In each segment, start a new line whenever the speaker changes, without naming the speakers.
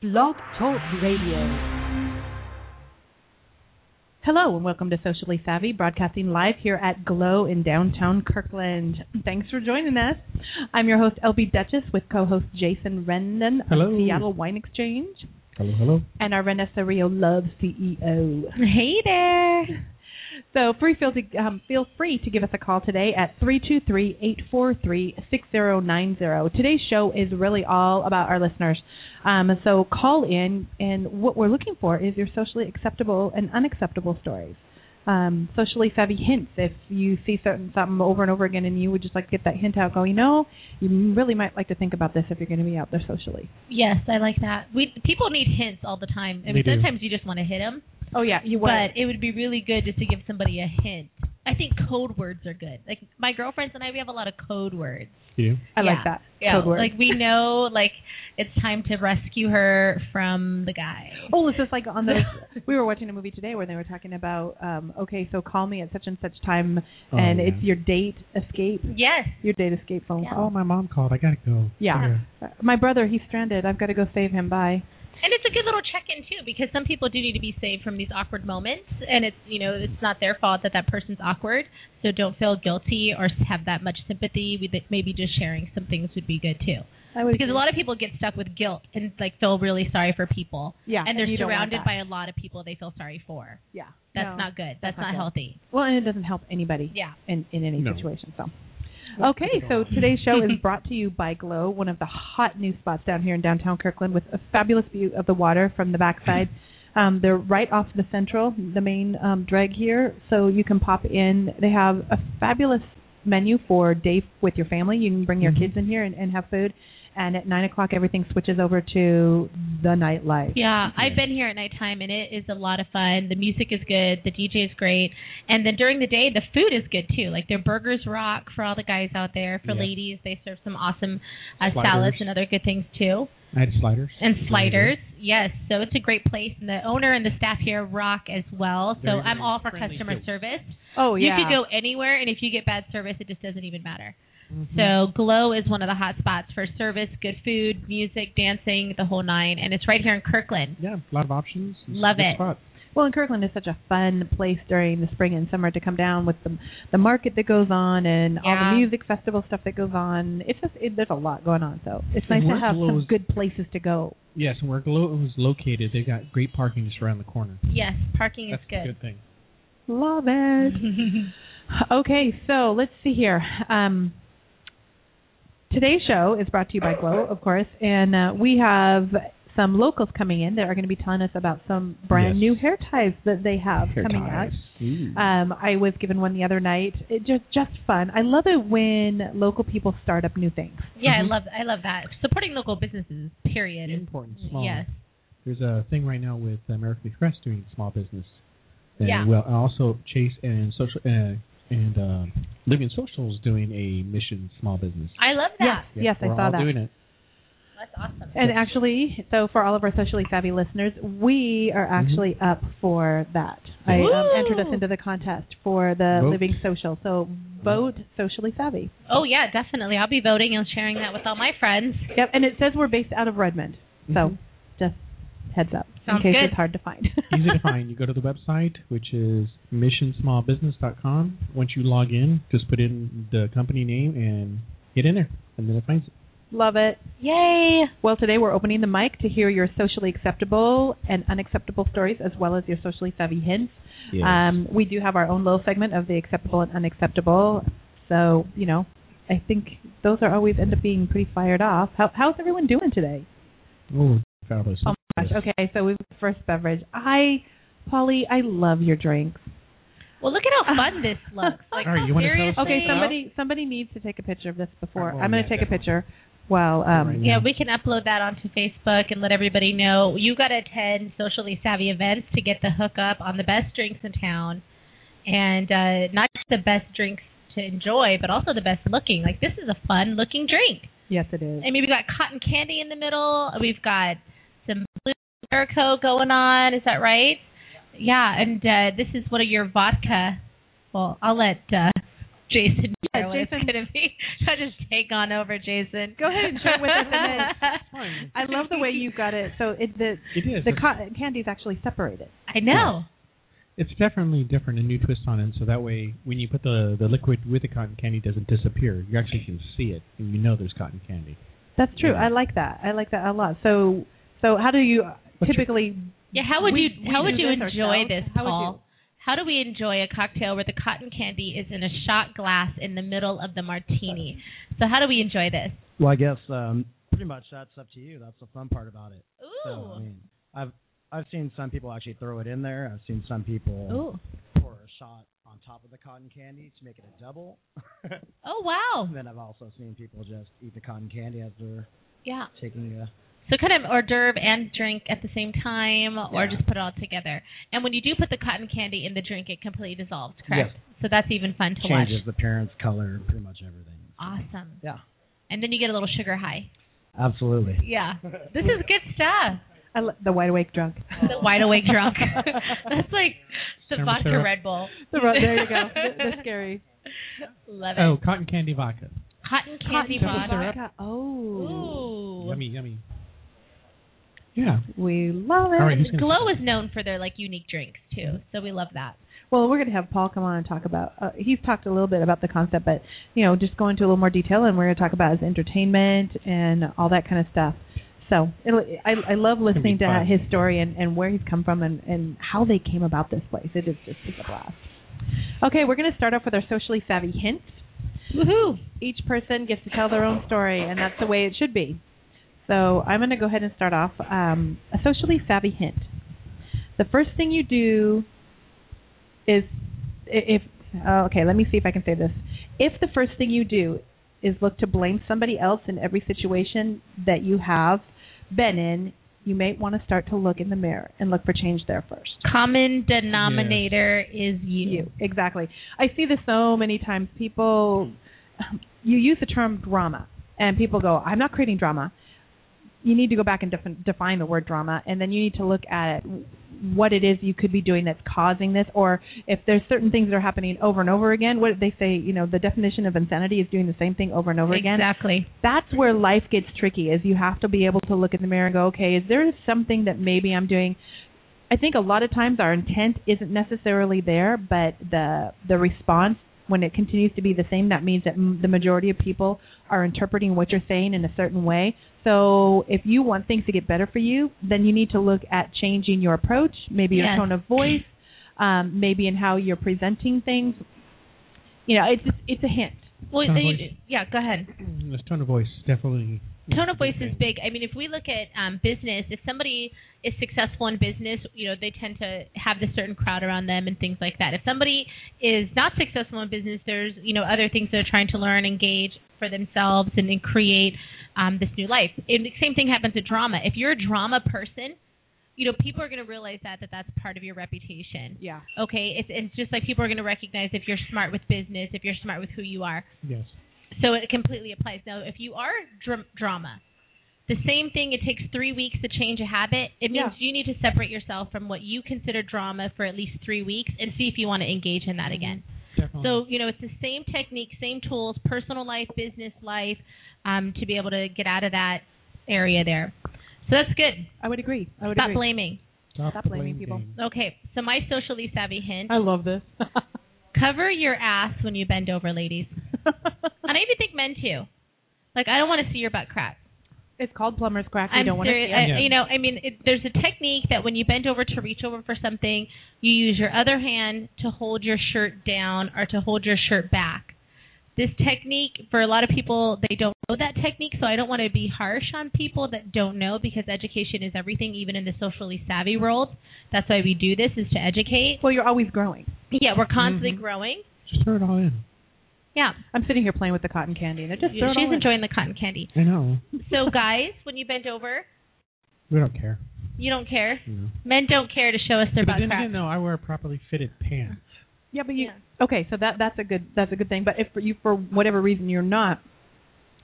Blog Talk Radio.
Hello and welcome to Socially Savvy, broadcasting live here at Glow in downtown Kirkland. Thanks for joining us. I'm your host, LB Duchess, with co host Jason Rendon
Hello.
of Seattle Wine Exchange
Hello, hello.
and our Vanessa Rio Love CEO.
Hey there.
So free feel to, um, feel free to give us a call today at 323-843-6090. Today's show is really all about our listeners. Um, so call in, and what we're looking for is your socially acceptable and unacceptable stories. Um, socially savvy hints. If you see certain something over and over again, and you would just like to get that hint out, go, you know, you really might like to think about this if you're going to be out there socially.
Yes, I like that. We people need hints all the time. I
They
mean,
do.
sometimes you just want to hit them,
Oh yeah, you would.
but it would be really good just to give somebody a hint. I think code words are good. Like my girlfriends and I, we have a lot of code words.
You.
I
yeah.
like that code word.
like we know, like it's time to rescue her from the guy.
Oh, it's just like on those. we were watching a movie today where they were talking about, um, okay, so call me at such and such time,
Oh,
and
yeah.
it's your date escape,
Yes.
your date escape phone
Yeah.
call.
Oh, my mom called. I gotta go.
Yeah. Uh, My brother, he's stranded. I've got to go save him. Bye.
And it's a good little check-in too, because some people do need to be saved from these awkward moments, and it's you know it's not their fault that that person's awkward. So don't feel guilty or have that much sympathy. We think maybe just sharing some things would be good too,
I would
because a lot of people get stuck with guilt and like feel really sorry for people,
yeah,
and they're
you don't want
surrounded
that.
by a lot of people they feel sorry for.
yeah.
That's
No.
not good. That's,
not
not,
good.
healthy.
well, and it doesn't help anybody.
Yeah.
in, in any
No.
situation. So, okay, so today's show is brought to you by Glow, one of the hot new spots down here in downtown Kirkland, with a fabulous view of the water from the backside. Um, they're right off the central, the main um, drag here, so you can pop in. They have a fabulous menu for day f- with your family. You can bring your
Mhm.
kids in here and, and have food. And at nine o'clock, everything switches over to the nightlife.
Yeah, I've
Yeah.
been here at nighttime, and it is a lot of fun. The music is good, the DJ is great, and then during the day, the food is good too. Like their burgers rock for all the guys out there. For
Yeah.
ladies, they serve some awesome uh,
Sliders.
salads and other good things too,
I had sliders.
and sliders. Yes, so it's a great place, and the owner and the staff here rock as well. So
Very,
I'm
very
all for
friendly
customer
too.
service.
Oh yeah.
You could go anywhere, and if you get bad service, it just doesn't even matter.
Mm-hmm.
So Glow is one of the hot spots for service, good food, music, dancing, the whole nine, and it's right here in Kirkland.
Yeah, a lot of options. It's a
Love
good
it.
spot.
Well, and Kirkland is such a fun place during the spring and summer to come down with the the market that goes on and all
Yeah.
the music festival stuff that goes on. It's just it, there's a lot going on, so it's nice
And
to
work
have some
blows-
good places to go.
Yes, and where Glo was located, they've got great parking just around the corner.
Yes, parking is
That's a good thing.
Love it. okay, so let's see here. Um, today's show is brought to you by Glow, of course, and uh, we have some locals coming in that are going to be telling us about some brand
Yes.
new hair ties that they
Uh,
have
Hair
coming out.
ties. Ooh.
Um, I was given one the other night. It just just fun. I love it when local people start up new things.
Yeah,
Mhm.
I love I love that. Supporting local businesses, period. is-
important small.
Yes.
There's a thing right now with American Express doing small business. And
Yeah.
Well, and also Chase and social uh, and uh, Living Social is doing a mission small business.
I love that.
Yeah,
yes, I
we're
saw
all
that.
doing it.
That's awesome.
And actually, so for all of our socially savvy listeners, we are
Mm-hmm.
actually up for that. I um,
Woo!
entered us into the contest for the
Vote.
Living Social. So vote socially savvy.
Oh yeah, definitely. I'll be voting and sharing that with all my friends.
Yep, and it says we're based out of Redmond. So
Mhm.
just heads up in
Sounds
case
good.
it's hard to find.
easy to find. You go to the website, which is missionsmallbusiness.com. Once you log in, just put in the company name and get in there, and then it finds it.
Love it.
Yay.
Well, today we're opening the mic to hear your socially acceptable and unacceptable stories, as well as your socially savvy hints. Um, we do have our own little segment of the acceptable and unacceptable. So, you know, I think those are always end up being pretty fired off. How, how's everyone doing today?
oh, fabulous!
Oh my gosh. Okay, so we've first beverage. I, Polly, I love your drinks.
Well, look at how fun this looks. Like,
All right, you wanna tell us
seriously?
Okay, somebody somebody needs to take a picture of this before.
Oh,
I'm going to
yeah,
take
definitely.
a picture. While um,
Right.
Yeah, we can upload that onto Facebook and let everybody know. You got to attend socially savvy events to get the hookup on the best drinks in town, and uh, not just the best drinks to enjoy, but also the best looking. Like this is a fun looking drink.
yes, it is.
I mean, we've got cotton candy in the middle. We've got some blue Jericho going on. Is that right? Yeah, and uh, this is one of your vodka. Well, I'll let uh, Jason. share
Yeah,
what it's
Jason.
going to be. I'll just take on over, Jason.
Go ahead and share with us, and
Fine.
I love the way you got it. So it, the
It is.
the ca- candy's actually separated.
I know.
It's definitely different, a new twist on it. So that way, when you put the the liquid with the cotton candy, it doesn't disappear. You actually can see it, and you know there's cotton candy.
That's true.
Yeah.
I like that. I like that a lot. So so how do you
What's your-
typically?
Yeah, how would
We-
you
we
how
do
would you
this
enjoy
ourselves.
this,
How would
Paul?
you-
How do we enjoy a cocktail where the cotton candy is in a shot glass in the middle of the martini? So how do we enjoy this?
Well, I guess um, pretty much that's up to you. That's the fun part about it.
Ooh.
So,
Oh.
I mean, I've I've seen some people actually throw it in there. I've seen some people
Ooh.
Oh.
pour a shot on top of the cotton candy to make it a double. and
Oh wow.
then I've also seen people just eat the cotton candy as they're
Yeah.
taking a
So kind of hors d'oeuvre and drink at the same time or
Yeah.
just put it all together. And when you do put the cotton candy in the drink it completely dissolves, correct?
Yes.
So that's even fun to
changes
watch.
the parents' color, pretty much everything.
Awesome.
Yeah,
And then you get a little sugar high.
absolutely.
Yeah. This is good stuff.
I li- the wide awake drunk.
The wide awake drunk. that's like the
Syrup,
vodka
syrup.
Red Bull.
The, ro- there you go. The, the scary
Love it.
Oh, cotton candy vodka.
Cotton candy
Cotton
vodka.
vodka. Oh,
Ooh.
Yummy, yummy. Yeah.
we love it.
All right. who's gonna- Mm-hmm.
Glow is known for their like unique drinks too, so we love that.
Well, we're going to have Paul come on and talk about. Uh, he's talked a little bit about the concept, but you know, just go into a little more detail, and we're going to talk about his entertainment and all that kind of stuff. So it'll, I, I love listening to
fun.
his story and, and where he's come from and, and how they came about this place. It is just it's a blast. Okay, we're going to start off with our socially savvy hint. Woohoo! Each person gets to tell their own story, and that's the way it should be. So I'm going to go ahead and start off um, a socially savvy hint. The first thing you do is i- if oh, okay, let me see if I can say this. If the first thing you do is look to blame somebody else in every situation that you have been in, you may want to start to look in the mirror and look for change there first.
Common denominator is you.
You exactly. I see this so many times. People, you use the term drama, and people go, "I'm not creating drama." You need to go back and defin- define the word drama, and then you need to look at what it is you could be doing that's causing this, or if there's certain things that are happening over and over again. What they say, you know, the definition of insanity is doing the same thing over and over again
Exactly.
that's where life gets tricky is you have to be able to look in the mirror and go okay is there something that maybe i'm doing i think a lot of times our intent isn't necessarily there but the the response when it continues to be the same that means that m- the majority of people are interpreting what you're saying in a certain way so if you want things to get better for you then you need to look at changing your approach maybe your
Yes.
tone of voice um, maybe in how you're presenting things you know it's it's a hint
Well,
Tone of
you-
voice.
yeah. Go ahead.
This tone of voice definitely.
Tone of voice is big. I mean, if we look at um, business, if somebody is successful in business, you know, they tend to have this certain crowd around them and things like that. If somebody is not successful in business, there's you know other things they're trying to learn, engage for themselves, and then create um, this new life. And the same thing happens with drama. If you're a drama person, you know, people are going to realize that that that's part of your reputation.
yeah
Okay, it's, it's just like people are going to recognize if you're smart with business, if you're smart with who you are
Yes.
so it completely applies. Now, if you are dr- drama, the same thing. It takes three weeks to change a habit. It means
Yeah.
you need to separate yourself from what you consider drama for at least three weeks and see if you want to engage in that again.
Definitely.
So you know, it's the same technique, same tools, personal life, business life, um, to be able to get out of that area there. So that's good.
i would agree i would
Stop
agree
blaming.
stop blaming people.
game.
Okay. So my socially savvy hint:
I love this.
cover your ass when you bend over, ladies. And I even think men too. Like I don't want to see your butt crack.
it's called plumber's crack. You
I'm
don't want to
serious.
see it.
I,
Yeah.
you know, I mean, it, there's a technique that when you bend over to reach over for something, you use your other hand to hold your shirt down or to hold your shirt back. This technique, for a lot of people, they don't know that technique, so I don't want to be harsh on people that don't know because education is everything, even in the socially savvy world. That's why we do this is to educate.
Well, you're always growing.
Yeah, we're constantly
Mm-hmm.
Mhm.
growing.
Just throw it all in.
Yeah,
I'm sitting here playing with the cotton candy, and it just throw it all
she's
in.
enjoying the cotton candy.
I know.
So, guys, when you bend over,
We don't care.
you don't care.
You know.
Men don't care to show us their
But
butt
then
crack.
again, though, I wear properly fitted pants.
Yeah, but you
Yeah.
okay? So that that's a good that's a good thing. But if for you for whatever reason you're not,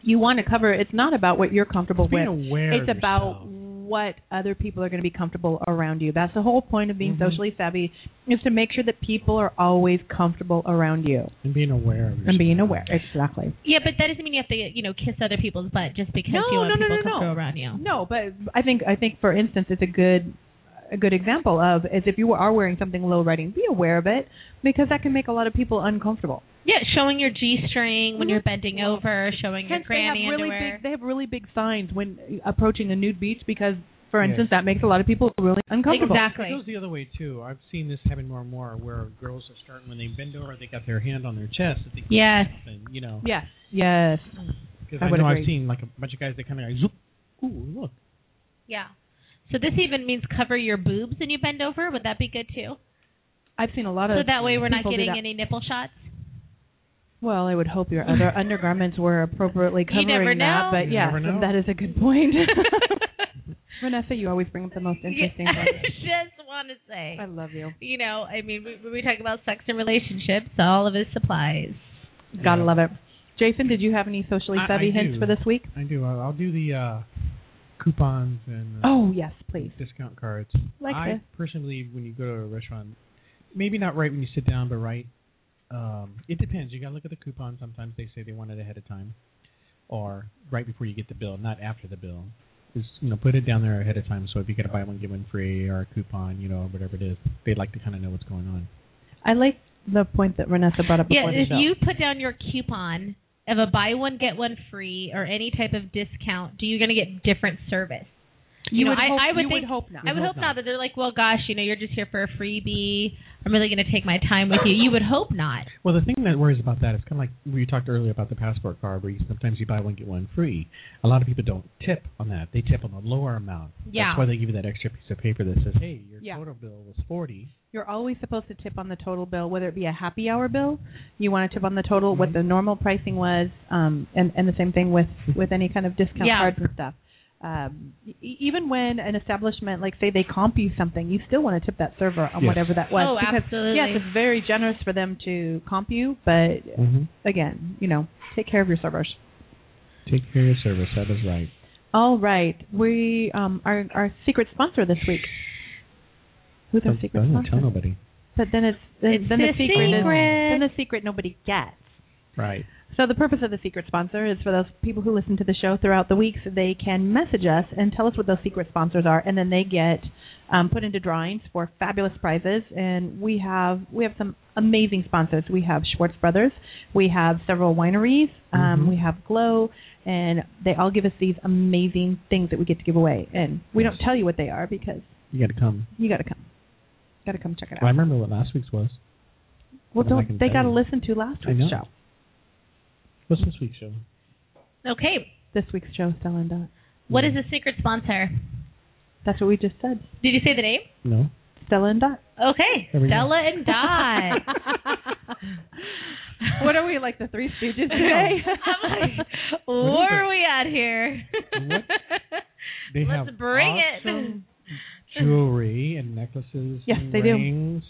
you want to cover. It's not about what you're comfortable
Being
with.
aware.
It's
of
about
yourself.
what other people are going to be comfortable around you. That's the whole point of being
Mhm.
socially savvy is to make sure that people are always comfortable around you
and being aware of
and being
yourself.
aware. Exactly.
Yeah, but that doesn't mean you have to, you know, kiss other people's butt just because
No,
you want
no, no, no,
people
no.
comfortable around you.
No, but I think I think for instance, it's a good a good example of is if you are wearing something low riding, be aware of it because that can make a lot of people uncomfortable.
Yeah, showing your G string when
Mhm.
you're bending over, showing your
Hence, they have
granny
really
underwear.
big they have really big signs when approaching a nude beach because, for
Yeah.
instance, that makes a lot of people really uncomfortable.
It
exactly.
goes the other way too. I've seen this happen more and more, where girls are starting when they bend over, they got their hand on their chest. That they keep
Yes.
And, you know,
Yes, yes.
Mm.
because
I
I,
would
know
agree.
I've seen like a bunch of guys that kind of like, zoop, ooh, look.
Yeah. So this even means cover your boobs and you bend over. Would that be good too?
I've seen a lot of.
So that way we're not
people do
getting
that.
any nipple shots.
Well, I would hope your other undergarments were appropriately
You
covering
never know.
that, but
You
yeah,
never know.
that is a good point. Vanessa, you always bring up the most interesting.
Yeah,
ones.
I just want to say,
I love you.
you know, I mean, we, when we talk about sex and relationships, all of it supplies.
Gotta
Yeah.
love it. Jason, did you have any socially
I-
savvy
I
hints
do.
for this week?
I do. I'll, I'll do the uh, coupons and uh,
Oh yes, please.
discount cards.
Like
I
this.
personally believe when you go to a restaurant, maybe not right when you sit down, but right. Um, it depends. You gotta look at the coupon. Sometimes they say they want it ahead of time, or right before you get the bill, not after the bill. Is you know put it down there ahead of time. So if you get a buy one get one free or a coupon, you know whatever it is, they like to kind of know what's going on.
I like the point that Vanessa brought up
Yeah,
before the
if
show.
you put down your coupon of a buy one get one free or any type of discount, do you're going to get different service? you know,
would
I-
hope,
I would
you
think-
hope not.
I would
hope
hope
not.
not that they're like, well, gosh, you know, you're just here for a freebie. I'm really going to take my time with you. You would hope not.
Well, the thing that worries about that is kind of like we talked earlier about the passport card, where you, sometimes you buy one get one free. A lot of people don't tip on that; they tip on the lower amount.
Yeah.
That's why they give you that extra piece of paper that says, "Hey, your
Yeah.
total bill was forty.
You're always supposed to tip on the total bill, whether it be a happy hour bill. You want to tip on the total, what
Mhm.
the normal pricing was, um, and and the same thing with with any kind of discount
Yeah.
cards and stuff. Um, e- even when an establishment, like say they comp you something, you still want to tip that server on
Yes.
whatever that was.
Oh,
because,
absolutely.
Yes, it's very generous for them to comp you, but
Mm-hmm.
again, you know, take care of your servers.
Take care of your service. That is right.
All right, we um, our our secret sponsor this week. Who's our
Don't-
secret
don't
sponsor?
tell nobody.
But then it's, then-
It's
then the,
the
secret, Is,
secret.
then the secret nobody gets.
Right.
So the purpose of the secret sponsor is for those people who listen to the show throughout the weeks. They can message us and tell us what those secret sponsors are, and then they get um, put into drawings for fabulous prizes. And we have we have some amazing sponsors. We have Schwartz Brothers. We have several wineries. Um,
Mhm.
We have Glow, and they all give us these amazing things that we get to give away. And we don't
Yes.
tell you what they are because
You got to come.
you got to come, got to come check it out.
I remember what last week's was.
Well,
Well, I
don't
can
they
tell
got to
you.
listen to last
I
week's
know.
show?
What's this week's show?
okay.
This week's show, Stella and Dot.
What is the secret sponsor?
That's what we just said.
Did you say the name?
No.
Stella and Dot.
Okay.
There we go.
Stella and Dot.
what are we like the Three Stooges today?
I'm like, where are we at here?
What? They
Let's
have
bring it.
awesome jewelry and necklaces.
Yes,
and
they do.
rings.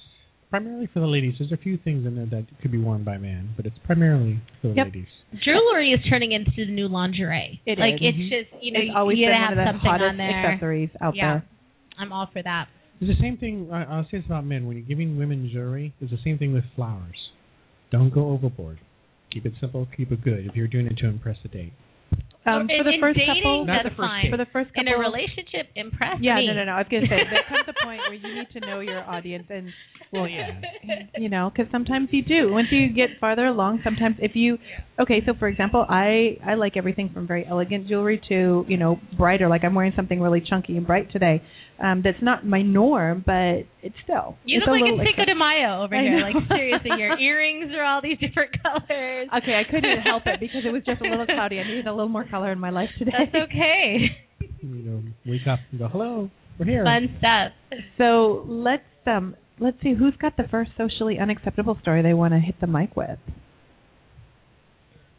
Primarily for the ladies. There's a few things in there that could be worn by man, but it's primarily for the
Yep.
ladies.
Jewelry is turning into the new lingerie.
It
like
is. Mm-hmm.
it's
Mhm.
just you know
it's always
you
been
gotta
one of
have
the
something
hottest
on there.
accessories out
Yeah.
there. Um,
I'm all for that.
It's the same thing. I, I'll say this about men: when you're giving women jewelry, it's the same thing with flowers. Don't go overboard. Keep it simple. Keep it good. If you're doing it to impress a date,
Um,
in,
for the
in
first
dating,
couple,
Not
that's
the first
fine.
for the first couple,
in a relationship, impress
yeah,
me.
no, no, no. I was gonna say there comes a point where you need to know your audience, and well, yeah, you know, because sometimes you do. Once you get farther along, sometimes if you, okay, so for example, I I like everything from very elegant jewelry to you know brighter. Like I'm wearing something really chunky and bright today. Um, that's not my norm, but it's still.
You
it's
look
a
like
little
a Cinco de Mayo over
I
here.
know.
Like seriously, your earrings are all these different colors.
Okay, I couldn't help it because it was just a little cloudy. I needed a little more color in my life today.
That's okay.
you know, wake up and go, "Hello, we're here."
Fun stuff.
So let's um let's see who's got the first socially unacceptable story they want to hit the mic with.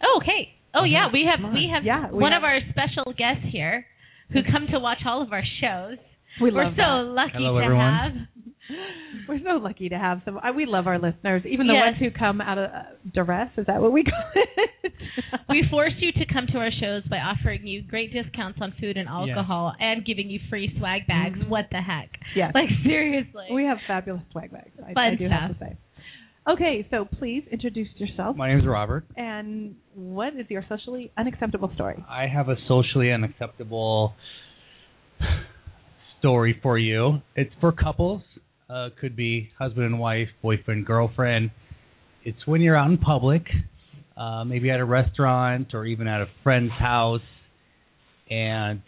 Oh, okay. Oh yeah, we have
Come
we have
Yeah, we
one
have-
of our special guests here who come to watch all of our shows.
We
We're
love
so lucky
Hello,
to
everyone.
have.
We're so lucky to have some. I, we love our listeners, even the
Yes.
ones who come out of uh, duress. Is that what we call it?
We force you to come to our shows by offering you great discounts on food and alcohol and giving you free swag bags.
Mhm.
What the heck?
yes.
Like seriously.
we have fabulous swag bags. I, I
Fun
do have to say. Okay, so please introduce yourself
My name's Robert.
and what is your socially unacceptable story?
I have a socially unacceptable story for you. It's for couples. Uh, could be husband and wife, boyfriend, girlfriend. It's when you're out in public, uh, maybe at a restaurant or even at a friend's house, and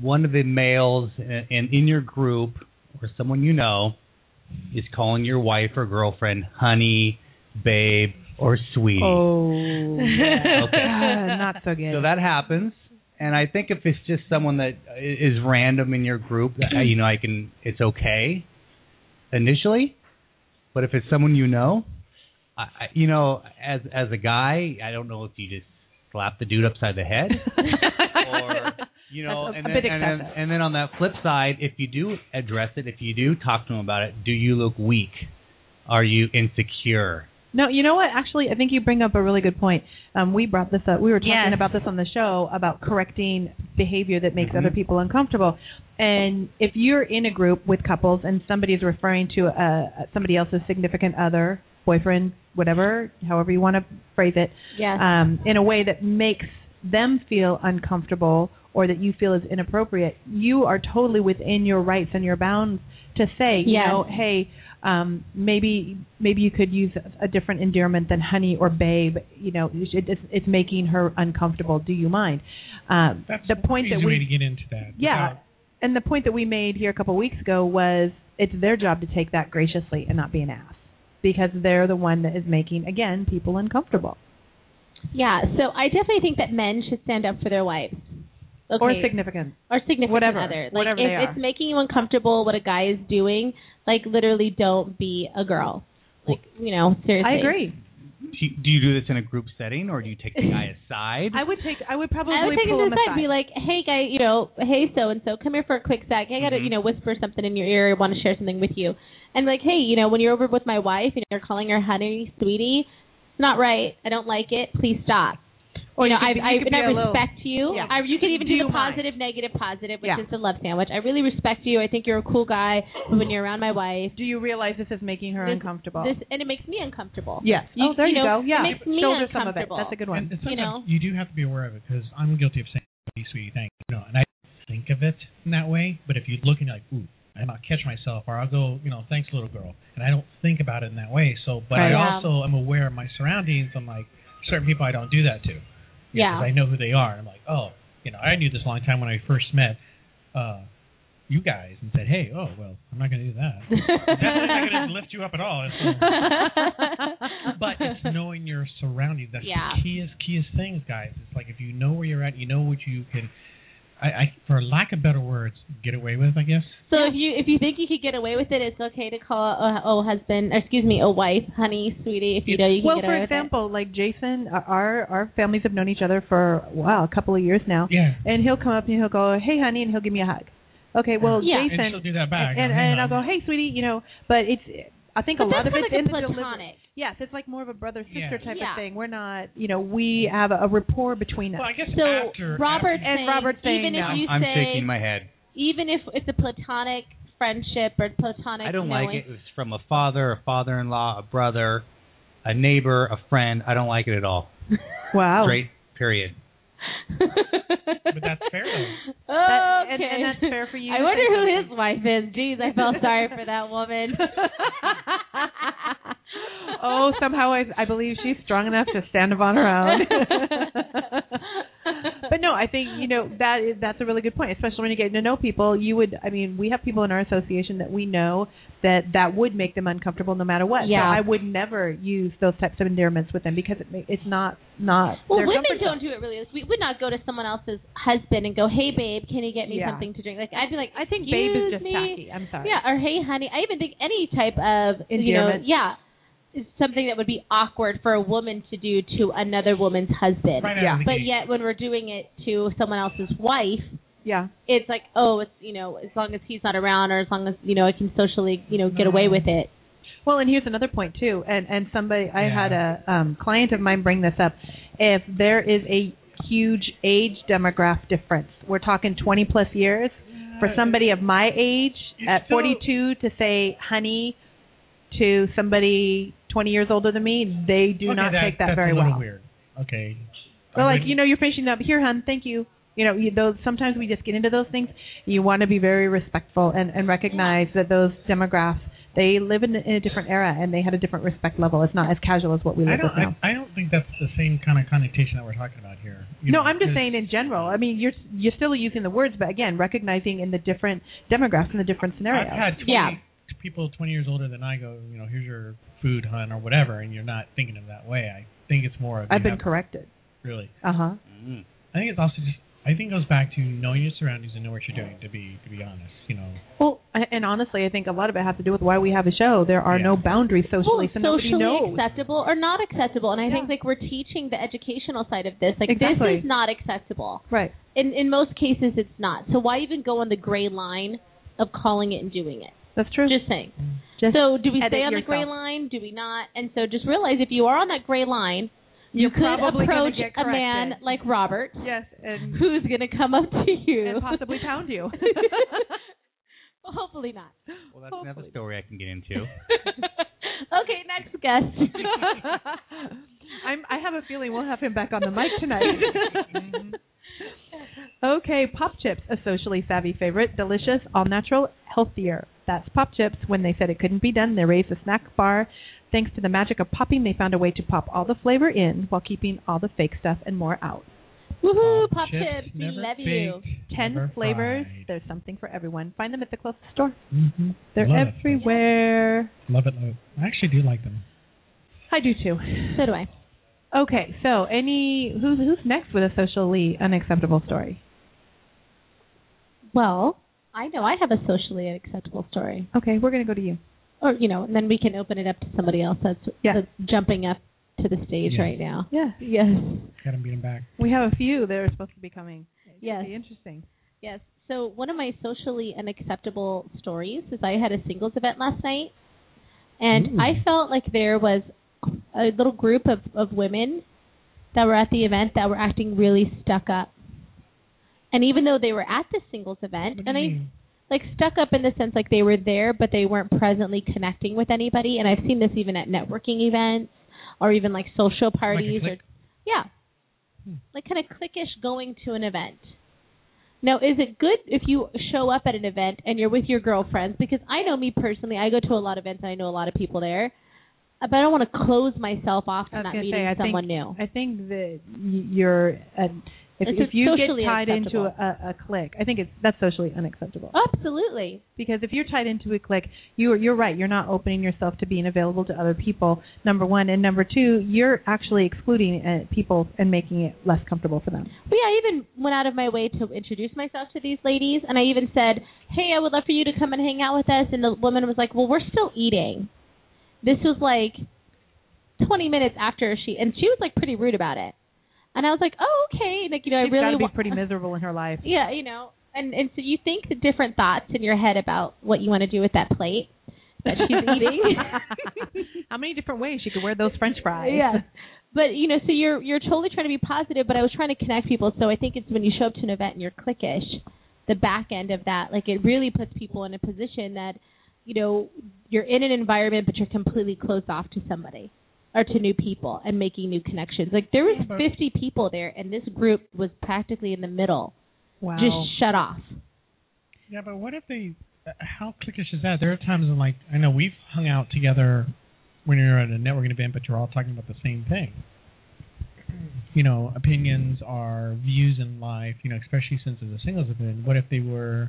one of the males and in, in your group or someone you know is calling your wife or girlfriend honey, babe, or sweetie.
Oh,
Okay.
Ah, not so good.
So that happens, and I think if it's just someone that i- is random in your group, that,
Mm-hmm.
you know, I can it's okay initially, but if it's someone you know, I, I you know, as as a guy, I don't know if you just slap the dude upside the head, or you know,
That's a-
and,
a
then,
bit
and then
excessive.
and then on that flip side, if you do address it, if you do talk to him about it, do you look weak? Are you insecure?
No, you know what? Actually, I think you bring up a really good point. Um, we brought this up. We were talking
Yes.
about this on the show about correcting behavior that makes
Mhm.
other people uncomfortable. And if you're in a group with couples and somebody is referring to uh, somebody else's significant other, boyfriend, whatever, however you want to phrase it,
yes.
um, in a way that makes them feel uncomfortable or that you feel is inappropriate, you are totally within your rights and your bounds to say, you
Yes.
know, hey, um, maybe maybe you could use a different endearment than honey or babe. You know, you should- it's, it's making her uncomfortable. Do you mind? Um,
That's
the point
easy
that
way
we
to get into that.
yeah.
without-
And the point that we made here a couple weeks ago was it's their job to take that graciously and not be an ass because they're the one that is making again people uncomfortable
Yeah, so I definitely think that men should stand up for their wives. Okay.
or significant.
or significant
whatever,
other. Like
whatever
if
they are.
it's making you uncomfortable what a guy is doing, like literally don't be a girl. Like, you know, seriously.
I agree.
Do you, do you do this in a group setting, or do you take the guy aside?
I would take. I would probably
I would take him
pull
to
him
the side
aside.
and be like, hey, guy, you know, hey, so and so, come here for a quick sec. I got to,
Mm-hmm.
Mhm.
you know, whisper something in your ear. I want to share something with you. And like, hey, you know, when you're over with my wife and you're calling her honey, sweetie, it's not right. I don't like it. Please stop. Or, you know,
could
I,
be- you
I,
could
and
be
I
a little-
respect you.
Yeah.
I, you could even
Do
do,
you
the
mind?
positive, negative, positive, which
Yeah.
is the love sandwich. I really respect you. I think you're a cool guy. But when you're around my wife,
Do you realize this is making her
This-
uncomfortable?
this and it makes me uncomfortable.
yes.
You-
oh, there you,
you know,
go.
it
Yeah.
makes me
Shoulder some of it.
uncomfortable.
That's a good one.
And, and sometimes you,
know.
do have to be aware of it because I'm guilty of saying sweetie, sweetie, thank you. you know, and I think of it in that way. But if you look and you're like, ooh, I might catch myself, or I'll go, you know, thanks, little girl, and I don't think about it in that way. So, but
Right.
I
Yeah.
also am aware of my surroundings. I'm like certain people I don't do that to. you know, 'cause
Yeah.
I know who they are. I'm like, oh, you know, I knew this a long time when I first met. uh you guys and said, "Hey, oh well, I'm not going to do that. Definitely not going to lift you up at all. It's- but it's knowing your surroundings. That's
Yeah.
the keyest keyest things, guys. It's like if you know where you're at, you know what you can. I, I for lack of better words, get away with. I guess.
So if you if you think you could get away with it, it's okay to call a, a husband, or excuse me, a wife, honey, sweetie. If you know you can
well,
get
for
away
example, like Jason, uh, our our families have known each other for wow, a couple of years now,
Yeah.
and he'll come up and he'll go, "Hey, honey," and he'll give me a hug. Okay, well,
Yeah.
And
Jason,
she'll do that back.
and,
you
and
know.
I'll go, "Hey, sweetie," you know, but it's. I think
with it. But
a lot
that's
of
kind
it's
like
in
a
the delivery.
platonic.
Yes, it's like more of a brother sister
Yeah.
type
Yeah.
of thing. We're not, you know, we have a, a rapport between us.
Well, I guess
So
after
Robert
after-
And
saying,
Robert's saying
even if
no.
you
I'm
say
shaking my head.
even if it's a platonic friendship or platonic,
I don't
knowing,
like it. It's from a father, a father-in-law, a brother, a neighbor, a friend. I don't like it at all.
wow.
Great. Period.
but that's fair though.
okay.
That- and- and that's fair for you
I
to
wonder
think
who
that.
his wife is. Jeez, I felt sorry for that woman.
oh, somehow I, I believe she's strong enough to stand upon her own. but no, I think you know that is, that's a really good point, especially when you get to know people. You would, I mean, we have people in our association that we know that that would make them uncomfortable no matter what. So
Yeah.
I would never use those types of endearments with them because it ma- it's not not
Well,
their
women
comfort zone.
don't do it really. We would not go to someone else's husband and go, "Hey, babe, can you get me
Yeah.
something to drink?" Like I'd be like,
I think babe is
"Excuse
just
me?
tacky. I'm sorry.
Yeah, or hey, honey. I even think any type of you know,
Endearment.
yeah, is something that would be awkward for a woman to do to another woman's husband.
Right out
Yeah.
Mm.
of the
But
gate.
yet, when we're doing it to someone else's wife,
Yeah.
it's like oh it's you know as long as he's not around or as long as you know I can socially you know get
Mm-hmm.
away with it.
Well, and here's another point too. And and somebody I
Yeah.
had a um, client of mine bring this up. If there is a huge age demographic difference, we're talking 20 plus years for somebody of my age
It's
at
still-
42 to say honey to somebody 20 years older than me, they do
Okay,
not take that
that's
very
a little
well.
Weird. Okay.
They're
I
like,
wouldn't-
you know, you're finishing up here, hun. Thank you. You know, you, those sometimes we just get into those things. You want to be very respectful and and recognize that those demographs they live in, in a different era and they had a different respect level. It's not as casual as what we
I
live
don't.
with now.
I, I don't think that's the same kind of connotation that we're talking about here. You
no,
know,
I'm just
'cause-
saying in general. I mean, you're you're still using the words, but again, recognizing in the different demographs and the different scenarios.
I've had 20
Yeah.
people 20 years older than I go, you know, here's your food, hun, or whatever, and you're not thinking of that way. I think it's more of
I've
you
been
have-
corrected.
really.
Uh huh.
I think it's also just I think it goes back to knowing your surroundings and know what you're doing. To be to be honest, you know.
Well, a- and honestly, I think a lot of it has to do with why we have a show. There are
Yeah.
no boundaries
Well,
socially, so nobody
socially
knows.
acceptable or not acceptable, and I think
Yeah.
like we're teaching the educational side of this. Like
Exactly.
this is not acceptable.
Right.
In in most cases, it's not. So why even go on the gray line of calling it and doing it?
That's true.
Just saying.
Just
So do we
edit
stay on the gray
yourself.
line? Do we not? And so just realize if you are on that gray line, you
You're
could
probably gonna
approach
get
a man
corrected.
like Robert,
yes, and
who's going to come up to you
and possibly pound you.
well, hopefully not.
Well, that's another story I can get into.
okay, next guest.
I'm, I have a feeling we'll have him back on the mic tonight. Mm-hmm. okay, Pop Chips, a socially savvy favorite, delicious, all natural, healthier. That's Pop Chips. When they said it couldn't be done, they raised a snack bar. Thanks to the magic of popping, they found a way to pop all the flavor in while keeping all the fake stuff and more out.
Woohoo, Pop
chips,
Chips, we
never
love you.
baked,
Ten
never
flavors.
fried.
There's something for everyone. Find them at the closest store.
Mhm.
They're
Love it.
everywhere.
Love it, love it. I actually do like them.
I do too.
So do I.
Okay, so any who's who's next with a socially unacceptable story?
Well, I know I have a socially acceptable story.
Okay, we're gonna go to you.
Or, you know, and then we can open it up to somebody else that's,
Yeah.
that's jumping up to the stage
Yeah.
right now.
Yeah,
Yes.
Got them, beat them back.
we have a few that are supposed to be coming.
Yes.
Be interesting.
Yes. So one of my socially unacceptable stories is I had a singles event last night, and
Ooh.
I felt like there was a little group of, of women that were at the event that were acting really stuck up. And even though they were at the singles event,
What do
and
you
I
mean?
like stuck up in the sense like they were there but they weren't presently connecting with anybody and i've seen this even at networking events or even like social parties
clique?
or yeah
Hmm.
like kind of cliquish going to an event now is it good if you show up at an event and you're with your girlfriends because i know me personally i go to a lot of events and i know a lot of people there uh, but i don't want to close myself off
I
to
was
not
gonna
meeting
say, I
someone
think,
new
I think that y- you're uh, if,
It's
if you get
socially
tied into
acceptable.
a, a clique, I think it's that's socially unacceptable.
Oh. absolutely
Because if you're tied into a clique, you're you're right. You're not opening yourself to being available to other people. Number one, and number two, you're actually excluding uh, people and making it less comfortable for them.
But yeah, I even went out of my way to introduce myself to these ladies, and I even said, "Hey, I would love for you to come and hang out with us." And the woman was like, "Well, we're still eating." This was like 20 minutes after she, and she was like pretty rude about it. And I was like, "Oh, okay." Like you know,
She's
I
got
really
to be
wa-
pretty miserable in her life.
yeah, you know, and and so you think the different thoughts in your head about what you want to do with that plate that she's eating.
How many different ways you could wear those French fries?
Yeah. But you know, so you're you're totally trying to be positive, but I was trying to connect people. So I think it's when you show up to an event and you're cliquish, the back end of that, like it really puts people in a position that, you know, you're in an environment but you're completely closed off to somebody or to new people and making new connections. Like there was
Yeah, but-
50 people there and this group was practically in the middle,
Wow.
just shut off.
Yeah, but what if they? uh, How cliquish is that? There are times when, like, I know we've hung out together when you're at a networking event, but you're all talking about the same thing. You know, opinions are views in life. You know, especially since it's a singles event. What if they were?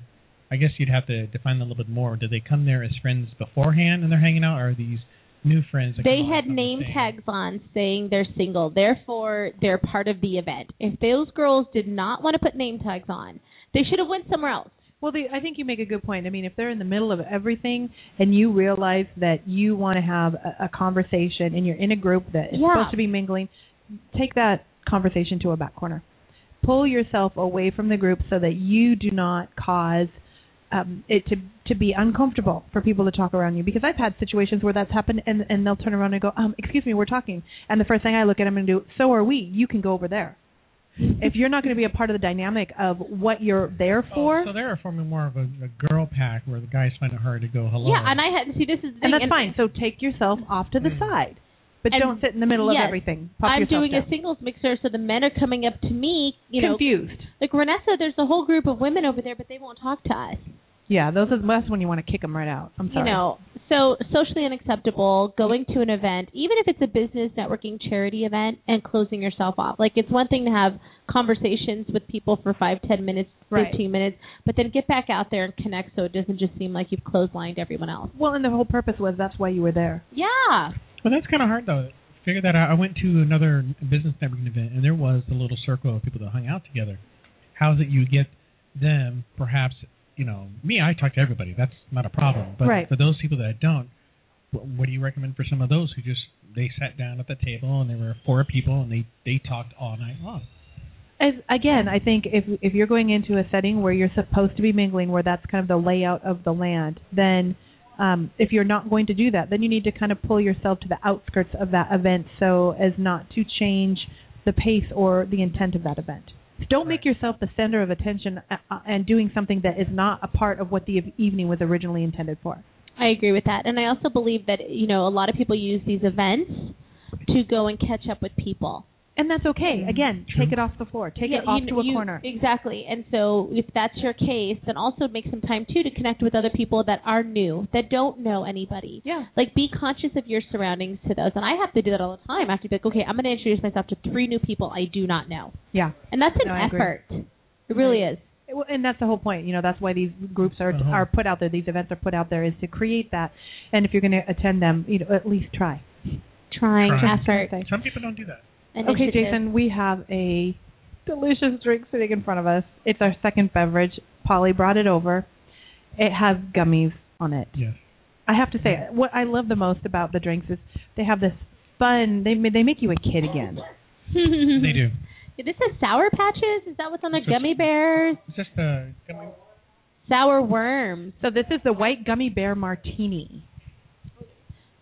I guess you'd have to define that a little bit more. Did they come there as friends beforehand and they're hanging out, or are these new friends? That
They
come out
had
from the
name
same-
tags on saying they're single, therefore they're part of the event. If those girls did not want to put name tags on, they should have went somewhere else.
Well, the, I think you make a good point. I mean, if they're in the middle of everything and you realize that you want to have a, a conversation and you're in a group that is
Yeah.
supposed to be mingling, take that conversation to a back corner. pull yourself away from the group so that you do not cause um, it to to be uncomfortable for people to talk around you because I've had situations where that's happened and and they'll turn around and go um excuse me we're talking and the first thing I look at them and do so are we you can go over there if you're not going to be a part of the dynamic of what you're there for
Oh, so they're forming more of a, a girl pack where the guys find it hard to go hello.
Yeah, and I had see this is the thing,
and that's fine so take yourself off to the side but
And
don't sit in the middle
yes,
of everything Pop
I'm
yourself
doing
down.
a singles mixer, so the men are coming up to me. You know,
confused
like Renessa, there's a whole group of women over there, but they won't talk to us.
yeah those are that's when you want to kick them right out I'm sorry
You know, so socially unacceptable. Going to an event, even if it's a business networking charity event, and closing yourself off. Like it's one thing to have conversations with people for five, ten minutes,
Right.
fifteen minutes, but then get back out there and connect, so it doesn't just seem like you've clotheslined everyone else.
well and the whole purpose was that's why you were there
Yeah.
Well, that's kind of hard though. Figure that out. I went to another business networking event, and there was the little circle of people that hung out together. How's it you get them? Perhaps you know me. I talk to everybody. That's not a problem. But
Right.
for those people that don't, wh- what do you recommend for some of those who just they sat down at the table and there were four people and they they talked all night long?
as again, I think if if you're going into a setting where you're supposed to be mingling, where that's kind of the layout of the land, then um, if you're not going to do that, then you need to kind of pull yourself to the outskirts of that event so as not to change the pace or the intent of that event. Don't make yourself the center of attention uh, uh, and doing something that is not a part of what the ev- evening was originally intended for.
I agree with that, and I also believe that you know a lot of people use these events to go and catch up with people.
And that's okay. Again, take it off the floor. Take
Mm-hmm. Yeah,
it off
you-
to a
you-
corner.
Exactly, and so if that's your case, then also make some time too to connect with other people that are new, that don't know anybody.
Yeah.
Like be conscious of your surroundings to those, and I have to do that all the time. I have to be like, okay, I'm going to introduce myself to three new people I do not know,
Yeah.
and that's an
No, I agree.
effort. It really is.
Well, and that's the whole point. You know, that's why these groups are
Uh-huh.
are put out there. These events are put out there is to create that. And if you're going to attend them, you know, at least try.
Trying,
Trying.
effort.
Okay,
Some people don't do that.
initiative.
Jason, we have a delicious drink sitting in front of us. It's our second beverage. Polly brought it over. It has gummies on it.
Yes.
I have to say, what I love the most about the drinks is they have this fun. They ma- they make you a kid again. Mm-hmm.
They do.
This is sour patches. Is that what's on the
It's just-
gummy bears?
It's just uh, I mean,
Sour worms.
So this is the white gummy bear martini.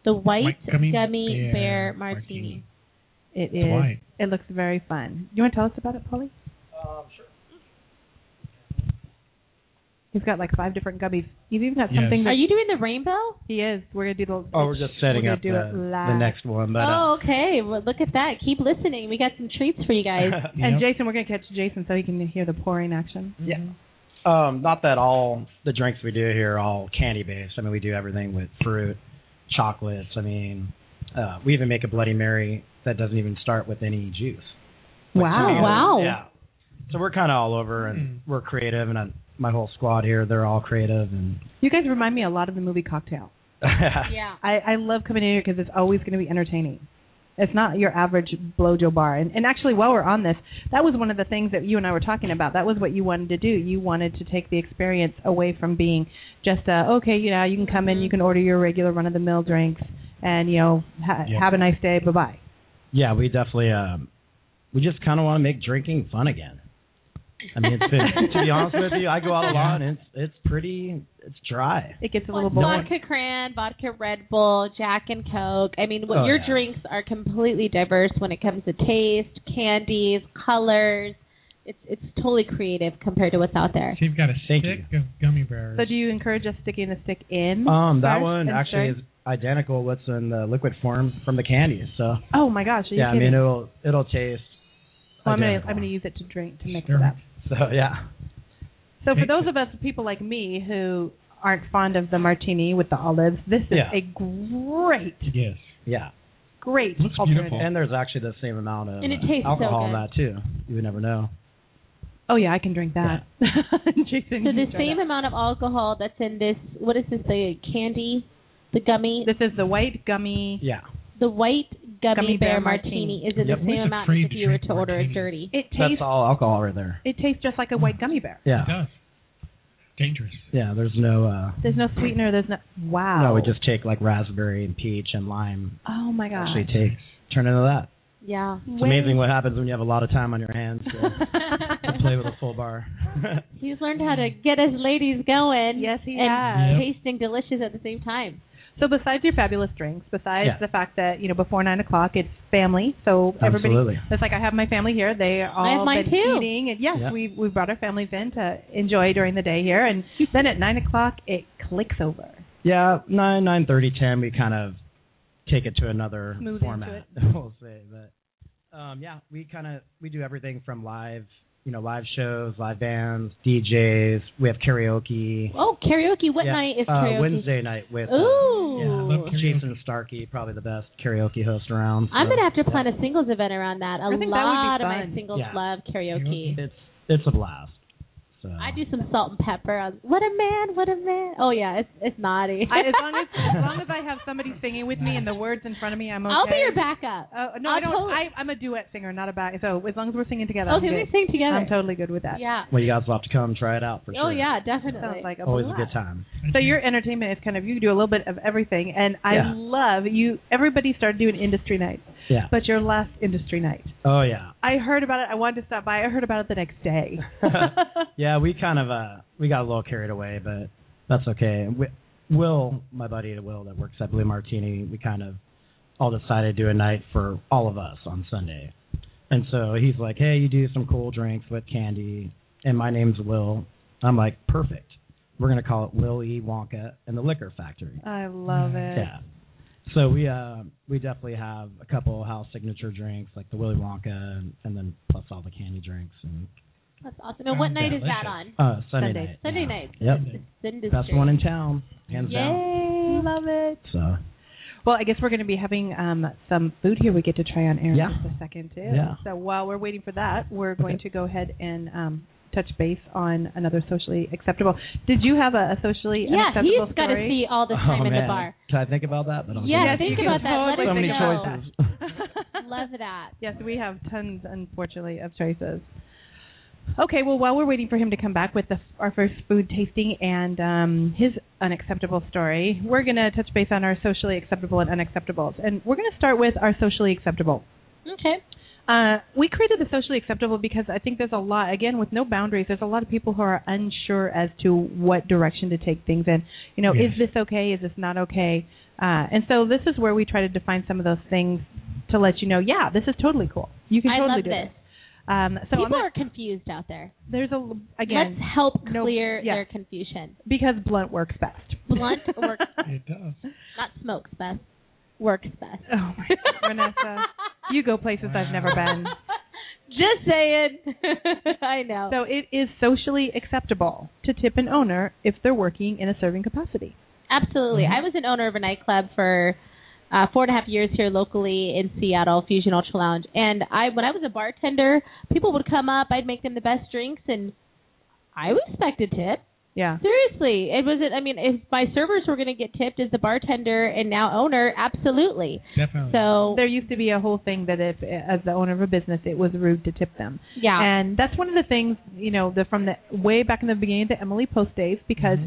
The white,
White
gummy,
gummy
bear,
bear
martini.
martini.
It
It's
is.
white.
It looks very fun. You want to tell us about it, Polly?
Um, sure.
He's got like five different gummies. He's even got
Yes.
something
Are
that
you doing the rainbow?
he is. We're gonna do the.
Oh, we're just setting
gonna
up
do
the,
it
the
live.
next one. But uh,
oh, okay. Well, look at that. Keep listening. We got some treats for you guys.
And
Yep.
Jason, we're gonna catch Jason so he can hear the pouring action.
Yeah. Um, not that all the drinks we do here are all candy based. I mean, we do everything with fruit, chocolates. I mean, uh, we even make a Bloody Mary that doesn't even start with any juice.
Oh, wow.
Yeah. So we're kind of all over, and we're creative, and I, my whole squad here, they're all creative, and
You guys remind me a lot of the movie Cocktail.
Yeah.
I, I love coming in here because it's always gonna be entertaining. It's not your average blowjo bar. And, and actually, while we're on this, that was one of the things that you and I were talking about. That was what you wanted to do. You wanted to take the experience away from being just a, okay, you know, you can come in, you can order your regular run of the mill drinks, and, you know, ha-
Yeah.
have a nice day, bye bye.
yeah, we definitely, um, we just kind of want to make drinking fun again. I mean, it's been, to be honest with you, I go out a lot, and it's it's pretty, it's dry.
It gets a
Well,
little
it's
boring.
vodka cran, vodka Red Bull, Jack and Coke. I mean, what
Oh,
your
yeah.
drinks are completely diverse when it comes to taste, candies, colors. It's it's totally creative compared to what's out there.
So you've got a
Thank
stick of gummy bears.
So do you encourage us sticking the stick
Mm-hmm.
in?
Um, that
first
one
and
actually
third?
is identical what's in the liquid form from the candies. So
Oh my gosh! Are you
yeah, I
kidding?
mean it'll it'll taste.
Well, I'm gonna
identical.
I'm gonna use it to drink to mix
Sure.
it up.
So yeah,
So for
Take
those of us people like me who aren't fond of the martini with the olives, this is
Yeah.
a great,
yes.
yeah,
great
Looks
alternative.
beautiful.
and there's actually the same amount of
And it
uh,
tastes so
alcohol in
good.
that too. You would never know.
Oh yeah, I can drink that. Jason,
So
you
the
start
same
up.
amount of alcohol that's in this. What is this? The candy, the gummy,
This is the white gummy.
Yeah,
the white gummy,
Gummy bear
bear, martini. Is it
Yep.
the same
Who's
amount
afraid
as if
to
you were
drink
to order
martini?
it dirty?
It
that's
tastes
all alcohol right there.
it tastes just like a white gummy bear.
Yeah,
It does. Dangerous.
yeah. There's no uh,
There's no sweetener. There's no wow.
no. We just take like raspberry and peach and lime.
oh my gosh.
Actually, takes turn into that.
Yeah.
It's amazing what happens when you have a lot of time on your hands. So. play with a full bar.
He's learned how to get us ladies going.
Yes, he has.
and tasting delicious at the same time.
So besides your fabulous drinks, besides
Yeah.
the fact that you know before nine o'clock it's family, so everybody.
Absolutely.
It's like I have my family here. They are
I have
all
mine
been
too.
eating, and yes,
Yeah.
we we brought our families in to enjoy during the day here, and then at nine o'clock it clicks over.
Yeah, nine, nine thirty, ten. We kind of take it to another
Smooth into
format. we'll say, but um, yeah, we kind of we do everything from live, you know, live shows, live bands, DJs. We have karaoke.
Oh, karaoke! What
Yeah,
night is
uh,
karaoke?
Wednesday night with uh,
Ooh.
yeah,
love karaoke.
Jason Starkey, probably the best karaoke host around.
I'm
so,
gonna have to
yeah.
plan a singles event around that. A
I think that would be
lot of my
fun.
singles
Yeah.
love karaoke.
It's it's a blast. So
I do some salt and pepper. on what a man! What a man! Oh yeah, it's it's naughty.
I, as long as as long as I have somebody singing with me and the words in front of me, I'm okay.
I'll be your backup.
Oh no,
I'll
I don't.
totally-
I, I'm a duet singer, not a back. So as long as we're singing together,
Okay,
I'm
we
good.
sing together.
I'm totally good with that.
yeah.
Well, you guys will have to come try it out for sure.
Oh yeah,
That sounds
definitely.
like a
always a
blast.
good time.
So your entertainment is kind of you do a little bit of everything, and I
Yeah.
love you. Everybody started doing industry nights,
Yeah.
but your last industry night,
Oh yeah.
I heard about it. I wanted to stop by. I heard about it the next day.
yeah, we kind of uh we got a little carried away, but that's okay. We, Will, my buddy Will that works at Blue Martini, we kind of all decided to do a night for all of us on Sunday. And so he's like, "Hey, you do some cool drinks with candy." And my name's Will. I'm like, "Perfect. We're going to call it Will E. Wonka and the Liquor Factory."
I love it.
Yeah. So we uh, we definitely have a couple house signature drinks like the Willy Wonka and, and then plus all the candy drinks and
That's awesome. And what
Sounds
night is that
delicious.
on?
uh, Sunday,
Sunday.
night.
Sunday
yeah.
night.
Yep.
Industry.
Best one in town, hands
Yay!
down.
Love it.
So
Well, I guess we're going to be having um, some food here we get to try on air
Yeah.
in just a second too.
Yeah.
So while we're waiting for that, we're going to go ahead and um, touch base on another socially acceptable. Did you have a, a socially
Yeah,
unacceptable
he's got to
story?
see all the time
oh,
in
man.
the bar.
Can I think about that? But I'll
Yeah,
do that.
think
you
about
can
that. Let
totally
so
us
many
know.
choices.
Love that.
Yes, we have tons, unfortunately, of choices. Okay, well, while we're waiting for him to come back with the, our first food tasting and um, his unacceptable story, we're going to touch base on our socially acceptable and unacceptables. And we're going to start with our socially acceptable.
Okay.
Uh, we created the socially acceptable because I think there's a lot, again, with no boundaries, there's a lot of people who are unsure as to what direction to take things in. You know,
Yes.
is this okay? Is this not okay? Uh, and so this is where we try to define some of those things to let you know, yeah, this is totally cool. You can
I
totally
love
do
this.
Um, so on
People
the-
are confused out there.
there's a again
Let's help
no-
clear
yes.
their confusion.
because blunt works best.
Blunt works,
It does.
not smokes best. Works best.
oh my, Vanessa, you go places I've never been.
Just saying. I know.
So it is socially acceptable to tip an owner if they're working in a serving capacity.
Absolutely.
Mm-hmm.
I was an owner of a nightclub for uh, four and a half years here locally in Seattle, Fusion Ultra Lounge. And I, when I was a bartender, people would come up. I'd make them the best drinks, and I would expect a tip.
Yeah.
Seriously, it wasn't. I mean, if my servers were going to get tipped as the bartender and now owner, absolutely.
Definitely.
So
There used to be a whole thing that if, as the owner of a business, it was rude to tip them.
yeah,
And that's one of the things, you know, the, from the way back in the beginning of the Emily Post days, because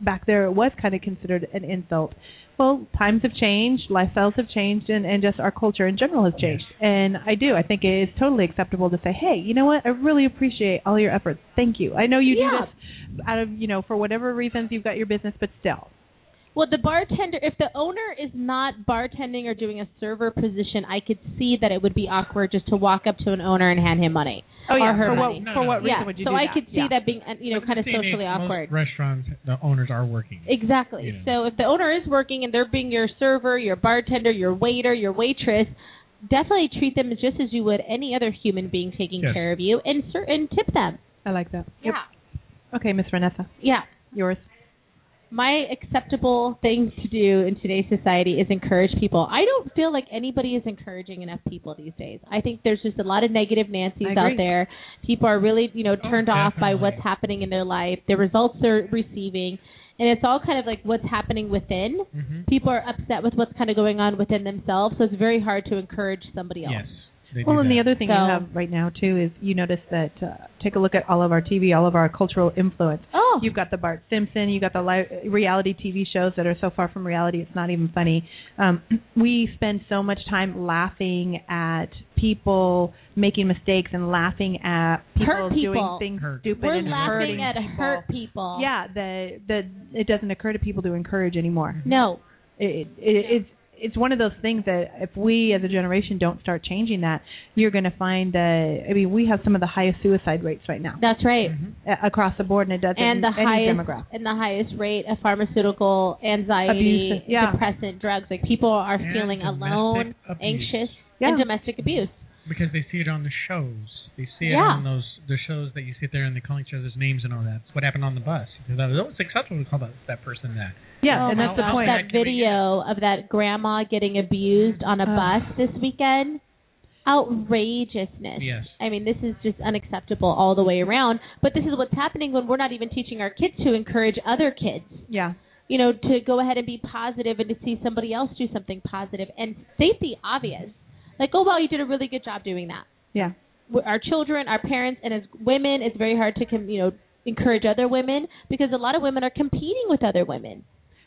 back there it was kind of considered an insult. Well, times have changed, lifestyles have changed, and, and just our culture in general has changed. And I do. I think it is totally acceptable to say, hey, you know what? I really appreciate all your efforts. Thank you. I know you
Yeah.
do this out of, you know, for whatever reasons you've got your business, but still.
Well, the bartender, if the owner is not bartending or doing a server position, I could see that it would be awkward just to walk up to an owner and hand him money.
Oh, yeah.
Or her
for
money.
what, for what reason
yeah,
would you
so
do
I
that?
could see
Yeah.
that being, uh, you know,
But
kind of
in this day and
socially
age, most
awkward.
restaurants, the owners are working.
Exactly.
you
So if the owner is working and they're being your server, your bartender, your waiter, your waitress, definitely treat them just as you would any other human being taking
Yes.
care of you, and cer- and tip them.
I like that.
Yeah.
Okay, Miss Vanessa,
Yeah.
yours.
my acceptable thing to do in today's society is encourage people. I don't feel like anybody is encouraging enough people these days. I think there's just a lot of negative Nancy's
I
out
agree.
there. People are really, you know,
Oh,
turned off by
definitely.
what's happening in their life, the results they're receiving, and it's all kind of like what's happening within.
Mm-hmm.
People are upset with what's kind of going on within themselves, so it's very hard to encourage somebody else.
Yes. They
Well,
do
and the
that.
other thing
So-
you have right now too is you notice that uh, take a look at all of our TV, all of our cultural influence.
Oh,
You've got the Bart Simpson, you've got the li- reality TV shows that are so far from reality it's not even funny. Um, we spend so much time laughing at people making mistakes and laughing at people,
Hurt people.
doing things
Hurt.
stupid
we're
and
laughing
hurting
at
people.
hurt people.
Yeah, the the it doesn't occur to people to encourage anymore.
No.
It, it, it's it's one of those things that if we as a generation don't start changing that, you're going to find that I mean we have some of the highest suicide rates right now
That's right.
Mm-hmm.
a- across the board, and it doesn't
And the
any
highest
demographic.
and the highest rate of pharmaceutical anxiety,
Abuse, yeah.
depressant drugs. Like people are
And
feeling
domestic
alone,
abuse.
anxious,
Yeah.
and domestic abuse.
because they see it on the shows. They see it
Yeah.
on those the shows that you sit there and they call each other's names and all that. It's what happened on the bus. Because I was always successful to call that, that person that.
Yeah,
Oh
and
my
that's the
gosh,
point.
That video of that grandma getting abused on a
Ugh.
bus this weekend. Outrageousness.
Yes.
I mean, this is just unacceptable all the way around. But this is what's happening when we're not even teaching our kids to encourage other kids,
yeah,
you know, to go ahead and be positive and to see somebody else do something positive and state the obvious. Like, oh, wow, you did a really good job doing that.
yeah,
w- our children, our parents, and as women, it's very hard to com- you know encourage other women because a lot of women are competing with other women.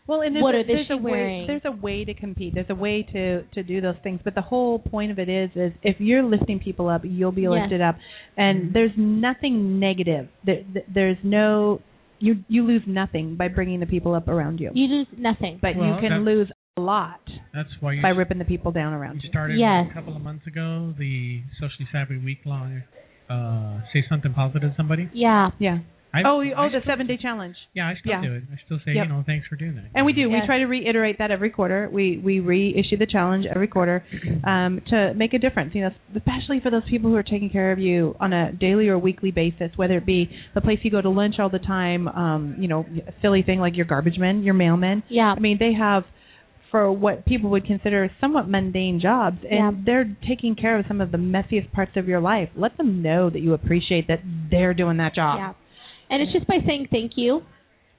Well, and there's
What
a,
are they
there's a way
wearing?
there's a way to compete. There's a way to to do those things. But the whole point of it is is if you're lifting people up, you'll be
Yes. Mm-hmm.
lifted up. And there's nothing negative. There, th- there's no you you lose nothing by bringing the people up around you.
You lose nothing.
But
Well,
you can
that-
lose a lot
That's why you,
by ripping the people down around
you
you.
started
Yes.
a couple of months ago the socially savvy week long. Uh, say something positive to somebody.
Yeah,
Yeah.
I,
Oh, you-
I
oh, the
still-
seven day challenge.
Yeah, I still
yeah.
do it. I still say,
Yep.
you know, thanks for doing that.
And we do.
Yes.
We try to reiterate that every quarter. We we reissue the challenge every quarter um, to make a difference. You know, especially for those people who are taking care of you on a daily or weekly basis, whether it be the place you go to lunch all the time. Um, you know, a silly thing like your garbage men, your mailmen.
yeah.
I mean, they have for what people would consider somewhat mundane jobs, and
Yeah.
they're taking care of some of the messiest parts of your life. Let them know that you appreciate that they're doing that job.
yeah. And it's just by saying thank you.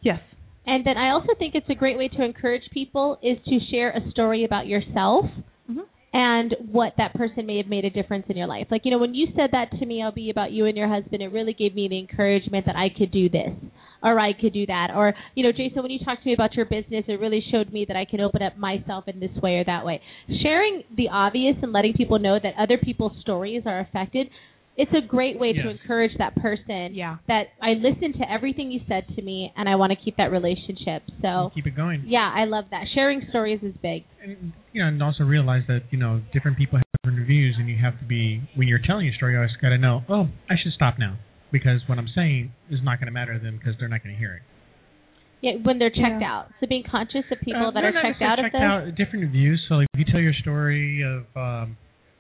Yes.
And then I also think it's a great way to encourage people is to share a story about yourself
Mhm.
and what that person may have made a difference in your life. Like, you know, when you said that to me, I'll be about you and your husband, it really gave me the encouragement that I could do this or I could do that. Or, you know, Jason, when you talked to me about your business, it really showed me that I can open up myself in this way or that way. Sharing the obvious and letting people know that other people's stories are affected, it's a great way to
Yes.
encourage that person
Yeah.
that I listened to everything you said to me and I want to keep that relationship. So,
keep it going.
yeah, I love that. Sharing stories is big.
and you know, and also realize that you know different people have different views, and you have to be when you're telling your story, you always got to know, oh, I should stop now because what I'm saying is not going to matter to them because they're not going to hear it.
Yeah, when they're checked
Yeah.
out. So being conscious of people
Uh,
that
no,
are
not
checked
necessarily
out of
checked
this.
out, different views. So like, if you tell your story of, um,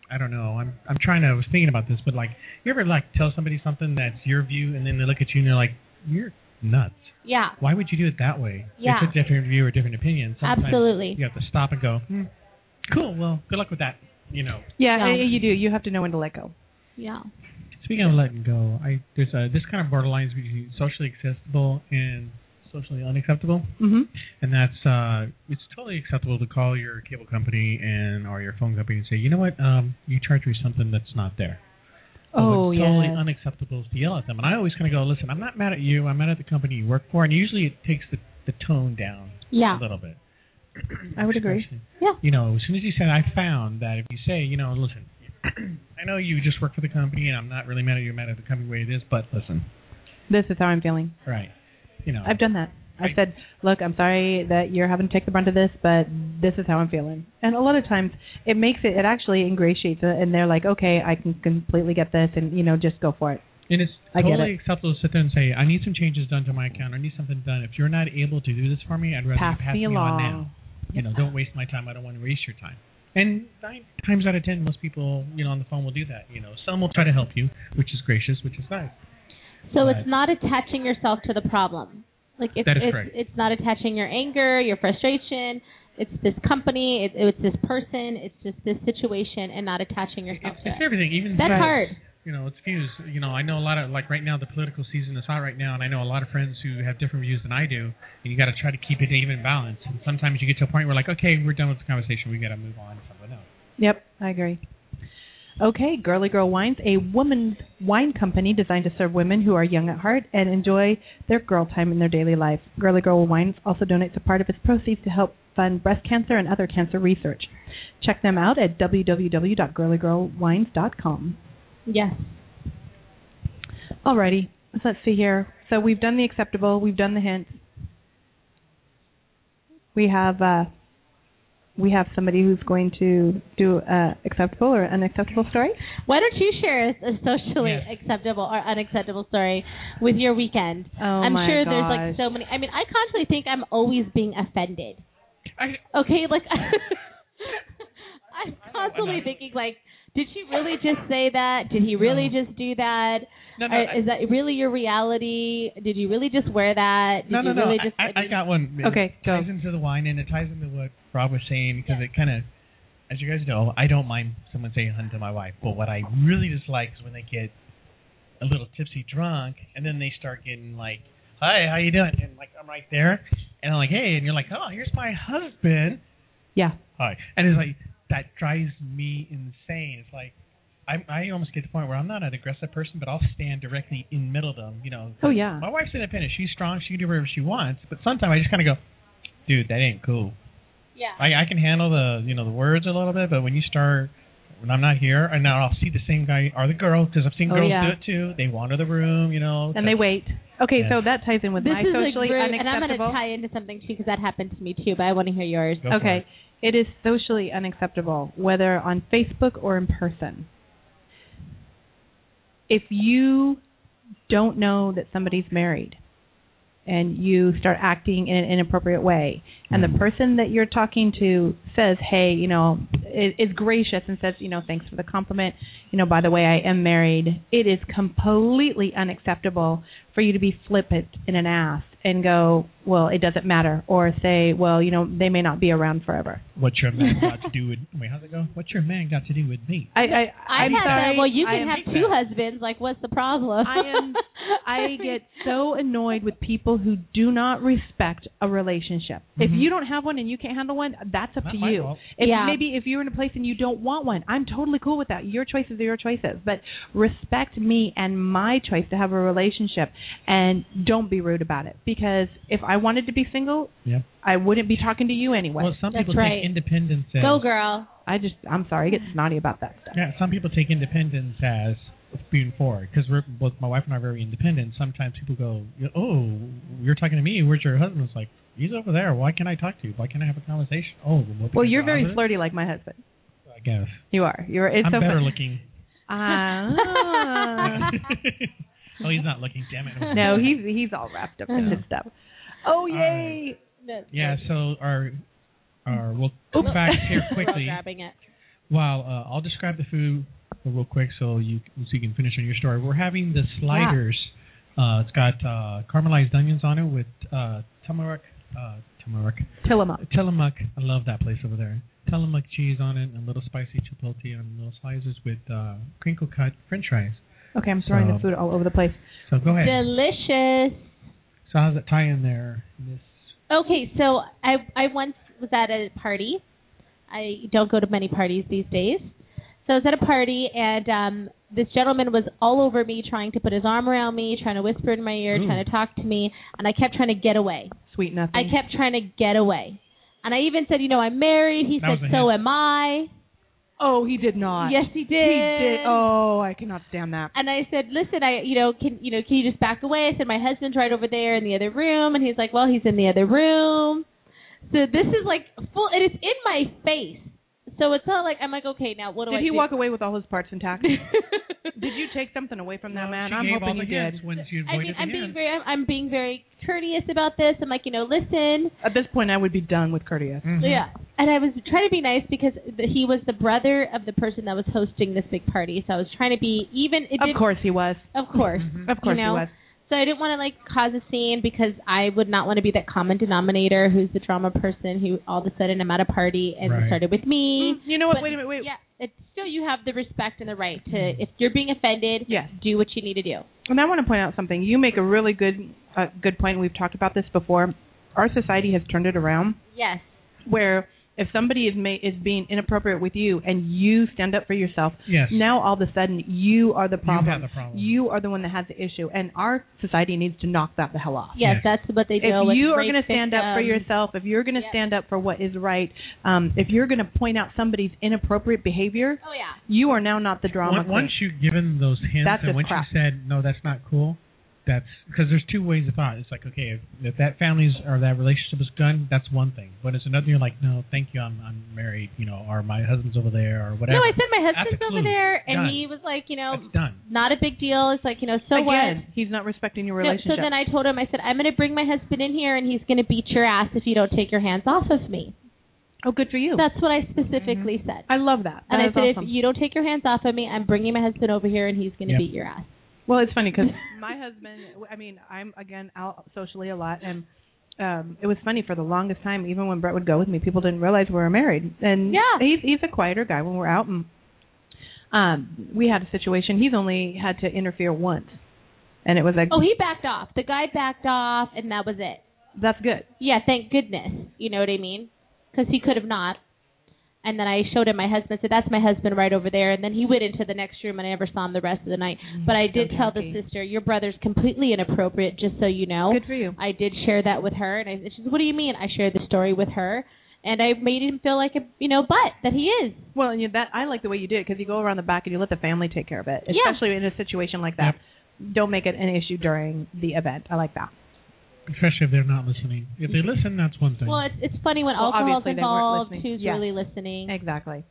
I don't know, I'm I'm trying to. I was thinking about this, but like, you ever like tell somebody something that's your view, and then they look at you and they're like, you're nuts.
Yeah,
Why would you do it that way?
Yeah.
It's a different view or different opinion. Sometimes
absolutely.
You have to stop and go. Hmm, cool. Well, good luck with that. You know.
Yeah,
Yeah.
y- you do. You have to know when to let go.
Yeah.
Speaking of letting go, I there's a, this kind of borderlines between socially acceptable and socially unacceptable,
Mm-hmm.
and that's uh, it's totally acceptable to call your cable company and or your phone company and say, you know what, um, you charge me something that's not there. But
Oh,
what's totally
yes.
unacceptable is to yell at them, and I always kind of go, listen, I'm not mad at you, I'm mad at the company you work for, and usually it takes the the tone down
Yeah.
a little bit.
I would agree.
Yeah.
You know, as soon as you said, I found that if you say, you know, listen, I know you just work for the company, and I'm not really mad at you, mad at the company way it is, but listen,
This is how I'm feeling.
right? You know,
I've done that. I
Right.
said, look, I'm sorry that you're having to take the brunt of this, but this is how I'm feeling. And a lot of times it makes it, it actually ingratiates it, and they're like, okay, I can completely get this, and, you know, just go for it.
and it's
I get
totally acceptable to sit there and say, I need some changes done to my account, I need something done. If you're not able to do this for me, I'd rather
Pass
you pass
me
me,
along.
on now. You know, don't waste my time. I don't want to waste your time. And nine times out of ten, most people, you know, on the phone will do that. You know, some will try to help you, which is gracious, which is nice.
So
Right.
it's not attaching yourself to the problem. Like it's
That is
it's,
correct.
it's not attaching your anger, your frustration. It's this company. It, it's this person. It's just this situation, and not attaching
It's,
yourself to
it's
it.
everything, even
That's
views.
hard.
you know, it's views. You know, I know a lot of like right now the political season is hot right now, and I know a lot of friends who have different views than I do, and you got to try to keep it even balanced. And sometimes you get to a point where like, okay, we're done with the conversation, we got to move on to something else.
Yep, I agree. Okay, Girly Girl Wines, a woman's wine company designed to serve women who are young at heart and enjoy their girl time in their daily life. Girly Girl Wines also donates a part of its proceeds to help fund breast cancer and other cancer research. Check them out at www.girlygirlwines.com.
Yes.
Alrighty, so let's see here. So we've done the acceptable, we've done the hints. We have uh, we have somebody who's going to do uh, acceptable or unacceptable story.
Why don't you share a, a socially acceptable or unacceptable story with your weekend?
Oh
I'm sure there's like so many. I mean, I constantly think I'm always being offended.
I-
okay, like I'm constantly thinking like, did she really just say that? Did he really just do that?
No, no,
Or
I-
is that really your reality? Did you really just wear that? Did
no, no,
you
no.
really just
I, I, I got one. It
Okay, go.
ties into the wine and it ties into what Rob was saying because it kind of, as you guys know, I don't mind someone saying "hun" to my wife, but what I really dislike is when they get a little tipsy drunk and then they start getting like, "Hi, how you doing?" and like I'm right there, and I'm like, "Hey," and you're like, "Oh, here's my husband."
Yeah.
Hi, and it's like that drives me insane. It's like. I, I almost get to the point where I'm not an aggressive person, but I'll stand directly in middle of them. You know,
Oh yeah.
my wife's independent. She's strong. She can do whatever she wants. But sometimes I just kind of go, dude, that ain't cool.
yeah.
I, I can handle the you know the words a little bit, but when you start when I'm not here, and now I'll see the same guy or the girl because I've seen
Oh,
girls
yeah.
do it too. They wander the room, you know,
And they wait. Okay,
Yeah.
so that ties in with
this
my
is
socially
a group, and I'm going
unacceptable.
to tie into something too because that happened to me too. But I want to hear yours.
Go for
okay.
it.
It is socially unacceptable, whether on Facebook or in person. If you don't know that somebody's married and you start acting in an inappropriate way, and the person that you're talking to says, hey, you know, is, is gracious and says, you know, thanks for the compliment, you know, by the way, I am married, it is completely unacceptable for you to be flippant in an ass and go, well, it doesn't matter, or say, well, you know, they may not be around forever.
What's your man got to do with? Wait, how's it go? What's your man got to do with me?
I, I,
I've
I'm
had
sorry.
a, well, you
I
can
am-
have two husbands. Like, what's the problem?
I am- I get so annoyed with people who do not respect a relationship. If
Mhm.
you don't have one and you can't handle one, that's up
Not
to
my
you.
fault.
If
Yeah.
maybe if you're in a place and you don't want one, I'm totally cool with that. Your choices are your choices, but respect me and my choice to have a relationship and don't be rude about it because if I wanted to be single,
Yeah.
I wouldn't be talking to you anyway.
Well, some
That's
people
right.
take independence as
Go, girl.
I just I'm sorry, I get snotty about that stuff.
yeah. Some people take independence as being forward because we're both my wife and I are very independent. Sometimes people go, oh, you're talking to me. Where's your husband? It's like he's over there. Why can't I talk to you? Why can't I have a conversation? Oh, well,
Well,
because
you're
I'm
very
over-
flirty like my husband.
I guess.
You are. You're it's
I'm
so
better
fun-
looking.
Ah.
oh, he's not looking. Damn it.
No, he's he's all wrapped up in his stuff. Oh yay!
Yeah. So our our we'll come back here quickly.
grabbing it.
While uh, I'll describe the food real quick, so you so you can finish on your story. We're having the sliders. Uh, it's got uh, caramelized onions on it with uh, tamarind. Uh, tamarind.
Tillamook.
Tillamook. I love that place over there. Tillamook cheese on it, and a little spicy chipotle on little slices with uh, crinkle cut French fries.
Okay, I'm throwing the
So-
food all over the place.
So go ahead.
Delicious.
So how's that tie in there, Miss?
Okay, so I I once was at a party. I don't go to many parties these days. So I was at a party and um this gentleman was all over me trying to put his arm around me, trying to whisper in my ear,
Ooh.
trying to talk to me, and I kept trying to get away.
Sweet nothing.
Mm.
I kept trying to get away. And I even said, you know, I'm married. He
That was
said,
a
so
hint.
am I.
Oh, he did not.
Yes, he
he
did.
did. Oh, I cannot stand that.
And I said, listen, I, you know, can you know, can you just back away? I said, my husband's right over there in the other room, and he's like, well, he's in the other room. So this is like full. It is in my face. So it's not like I'm like, okay, now what do
Did
I
he
do?
walk away with all his parts intact?
did
did you take something away from that man?
She
I'm
gave all
hoping
the
you
hints
did.
When she
I
avoided
mean,
the
I'm being
hints.
very, I'm, I'm being very courteous about this. I'm like, you know, listen,
At this point, I would be done with courteous.
Mhm.
Yeah, and I was trying to be nice because the, he was the brother of the person that was hosting this big party, so I was trying to be even. It
Of
did,
course he was.
of course,
Mm.
Of course
you know?
he was.
So I didn't want to like cause a scene because I would not want to be that common denominator who's the drama person who all of a sudden I'm at a party and it
Right.
started with me.
Mm. You know what? Mm-hmm. Oh,
But-
wait a minute. Wait.
Yeah, it's still you have the respect and the right to
Mm-hmm.
if you're being offended,
Yes.
do what you need to do.
And I want to point out something. You make a really good uh, good point. We've talked about this before. Our society has turned it around
Yes,
where If somebody is ma- is being inappropriate with you and you stand up for yourself,
Yes.
now all of a sudden you are the problem.
the problem.
You are the one that has the issue, and our society needs to knock that the hell off.
Yes,
Yeah.
that's what they do.
If
with
you are
rape
going to stand up for
victims.
yourself, if you're going to
Yes.
stand up for what is right, um, if you're going to point out somebody's inappropriate behavior,
oh yeah,
you are now not the drama
Once- Once
queen.
you've given those hints
That's
and
just
once
crap.
you said no, that's not cool. That's because there's two ways of thought. It's like okay, if, if that family's or that relationship is done, that's one thing. But it's another. You're like, no, thank you, I'm I'm married, you know, or my husband's over there, or whatever.
No, I sent my husband's
That's
over
clue.
there, and
Done.
he was like, you know,
that's done.
not a big deal. It's like, you know, so
Again,
what?
he's not respecting your
No, so
relationship.
then I told him, I said, I'm going to bring my husband in here, and he's going to beat your ass if you don't take your hands off of me.
oh, good for you.
That's what I specifically said.
I love Mm-hmm. that.
and
That
I
is
said,
awesome.
if you don't take your hands off of me, I'm bringing my husband over here, and he's going to
Yep.
beat your ass.
Well, it's funny because my husband. I mean, I'm again out socially a lot, and um it was funny for the longest time. Even when Brett would go with me, people didn't realize we were married. And
Yeah.
he's he's a quieter guy when we're out, and um we had a situation. He's only had to interfere once, and it was like,
Oh, he backed off. The guy backed off, and that was it.
that's good.
Yeah, thank goodness. You know what I mean? Because he could have not. And then I showed him my husband. Said that's my husband right over there. And then he went into the next room, and I never saw him the rest of the night. But I did
Mm, so
tell the
tacky.
sister, your brother's completely inappropriate. Just so you know,
Good for you.
I did share that with her, and I, she said, "What do you mean?" I shared the story with her, and I made him feel like a you know butt that he is.
Well, and you, that I like the way you do it because you go around the back and you let the family take care of it,
Yeah.
especially in a situation like that. Don't make it an issue during the event. I like that.
Especially if they're not listening. If they listen, that's one thing.
Well, it's it's funny when
Well,
alcohol's
obviously they weren't
involved,
listening.
who's
Yeah.
really listening?
Exactly.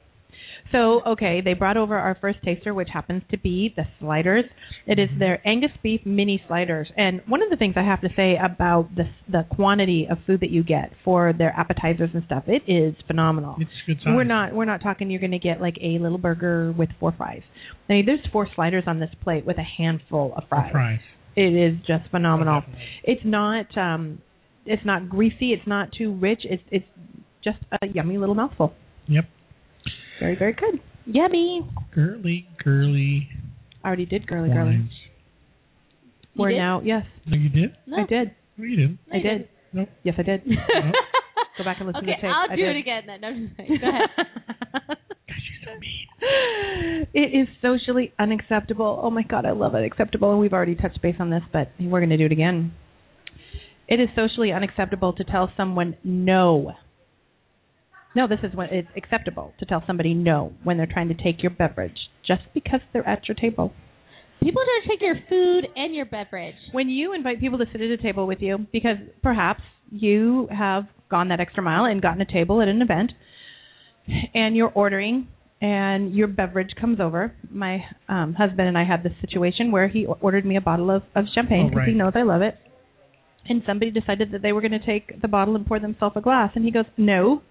So, okay, they brought over our first taster, which happens to be the sliders. It is their Angus beef mini sliders. And one of the things I have to say about the the quantity of food that you get for their appetizers and stuff, it is phenomenal.
It's good size.
We're not we're not talking you're going to get like a little burger with four fries. I mean, there's four sliders on this plate with a handful of
The
fries.
fries.
It is just phenomenal.
Definitely.
It's not um it's not greasy, it's not too rich. It's it's just a yummy little mouthful.
Yep.
Very very good.
Yummy.
Girly, girly
I already did girly girly.
wines.
You
We're
did?
now yes,
No, you did.
No.
I did.
No, you didn't.
I
you
did.
didn't.
Nope.
Yes, I did. Go back and listen to
okay,
the tape.
I'll
I
do
did.
it again then. No, I'm just kidding. Go ahead.
It is socially unacceptable. Oh my god, I love unacceptable, and we've already touched base on this, but we're going to do it again. It is socially unacceptable to tell someone no. No, this is when it's acceptable to tell somebody no when they're trying to take your beverage just because they're at your table.
People don't take your food and your beverage.
When you invite people to sit at a table with you because perhaps you have gone that extra mile and gotten a table at an event and you're ordering and your beverage comes over. My um, husband and I had this situation where he o- ordered me a bottle of, of champagne
Oh,
because he
right.
knows I love it. And somebody decided that they were going to take the bottle and pour themselves a glass. And he goes, No.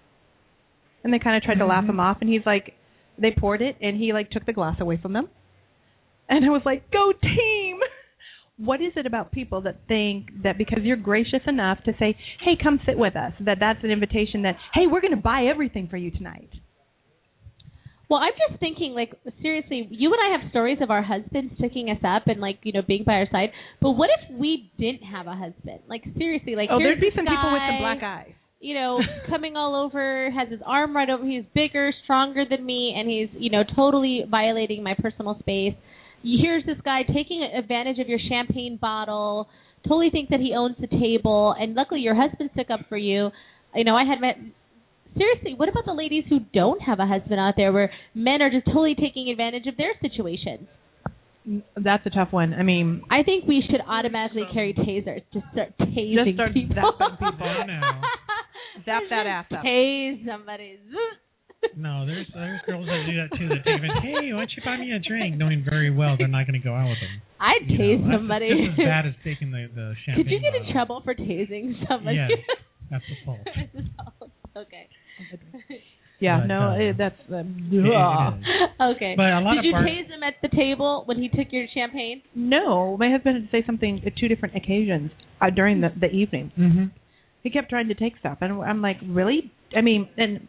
And they kind of tried to
Mm-hmm.
laugh him off. And he's like, They poured it. And he like took the glass away from them. And I was like, Go team. What is it about people that think that because you're gracious enough to say, "Hey, come sit with us," that that's an invitation that, "Hey, we're going to buy everything for you tonight."
Well, I'm just thinking, like, seriously, you and I have stories of our husbands picking us up and, like, you know, being by our side. But what if we didn't have a husband? Like, seriously, like,
Oh,
here's
there'd be
this
some people with some
guy,
black eyes.
You know, coming all over, has his arm right over. He's bigger, stronger than me, and he's, you know, totally violating my personal space. Here's this guy taking advantage of your champagne bottle, totally think that he owns the table, and luckily your husband stuck up for you. You know, I had met seriously, what about the ladies who don't have a husband out there where men are just totally taking advantage of their situations?
That's a tough one. I mean,
I think we should automatically carry tasers. Just start tasing
Just start
people.
zapping people.
Oh, no.
Zap
Just
that ass up.
Tase somebody. Zoot.
No, there's there's girls that do that too. That take advantage. Hey, why don't you buy me a drink? Knowing very well they're not going to go out with them.
I'd
You know,
tase
that's
somebody.
Just as bad as taking the the champagne.
Could you get in
bottle.
trouble for tasing somebody?
Yes, that's assault. It-
okay.
yeah,
But,
no,
uh,
it, that's uh,
it
ugh.
is.
Okay.
But a lot
Did
of
you
bar-
tase him at the table when he took your champagne?
no. My husband had to say something at two different occasions uh, during the the evening.
Mhm.
He kept trying to take stuff, and I'm like, really? I mean, and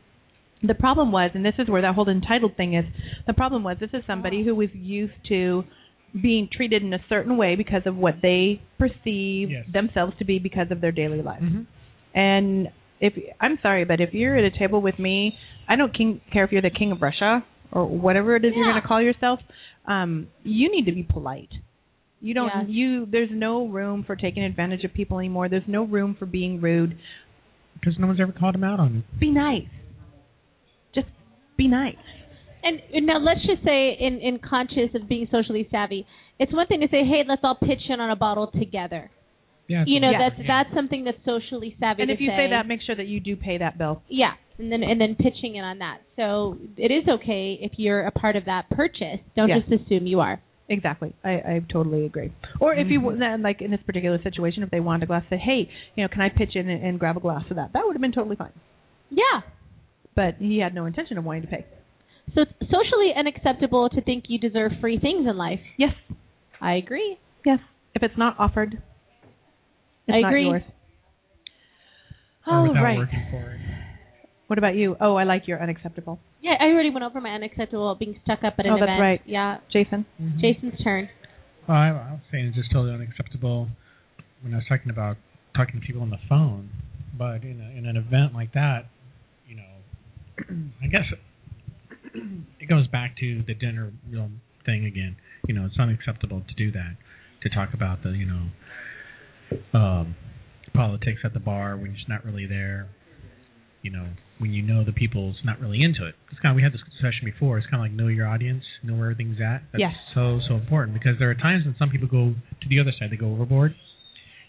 the problem was, and this is where that whole entitled thing is. The problem was, this is somebody who was used to being treated in a certain way because of what they perceive
Yes.
themselves to be because of their daily life.
Mhm.
and if I'm sorry, but if you're at a table with me, I don't king, care if you're the king of Russia or whatever it is you're
Yeah.
going to call yourself. Um, you need to be polite. You don't.
Yes.
You there's no room for taking advantage of people anymore. There's no room for being rude.
Because no one's ever called him out on it.
Be nice. Just be nice.
And, and now let's just say, in in conscious of being socially savvy, it's one thing to say, hey, let's all pitch in on a bottle together.
Yeah.
You know,
Yes.
that's that's something that's socially savvy.
And
to
if you say that, make sure that you do pay that bill.
yeah, and then and then pitching in on that. So it is okay if you're a part of that purchase. Don't
Yeah.
just assume you are.
Exactly. I, I totally agree. Or if you
Mm-hmm.
w then like in this particular situation, if they wanted a glass, say, hey, you know, can I pitch in and, and grab a glass of that? That would have been totally fine.
Yeah.
But he had no intention of wanting to pay.
So it's socially unacceptable to think you deserve free things in life.
Yes.
I agree.
Yes. If it's not offered, it's
I
not
agree.
yours.
Or
All
oh,
without
right.
working for it.
What about you? Oh, I like your unacceptable,
Yeah, I already went over my unacceptable being stuck up at an
Oh, that's
event.
right.
Yeah.
Jason.
Jason's turn.
Oh, Mm-hmm. I, I was saying it's just totally unacceptable when I was talking about talking to people on the phone, but in, a, in an event like that, you know, I guess it goes back to the dinner you know, thing again. You know, it's unacceptable to do that, to talk about the you know um, politics at the bar when it's not really there. You know, when you know the people's not really into it. It's kind of we had this discussion before. It's kind of like know your audience, know where everything's at. That's
Yes.
so so important because there are times when some people go to the other side. They go overboard.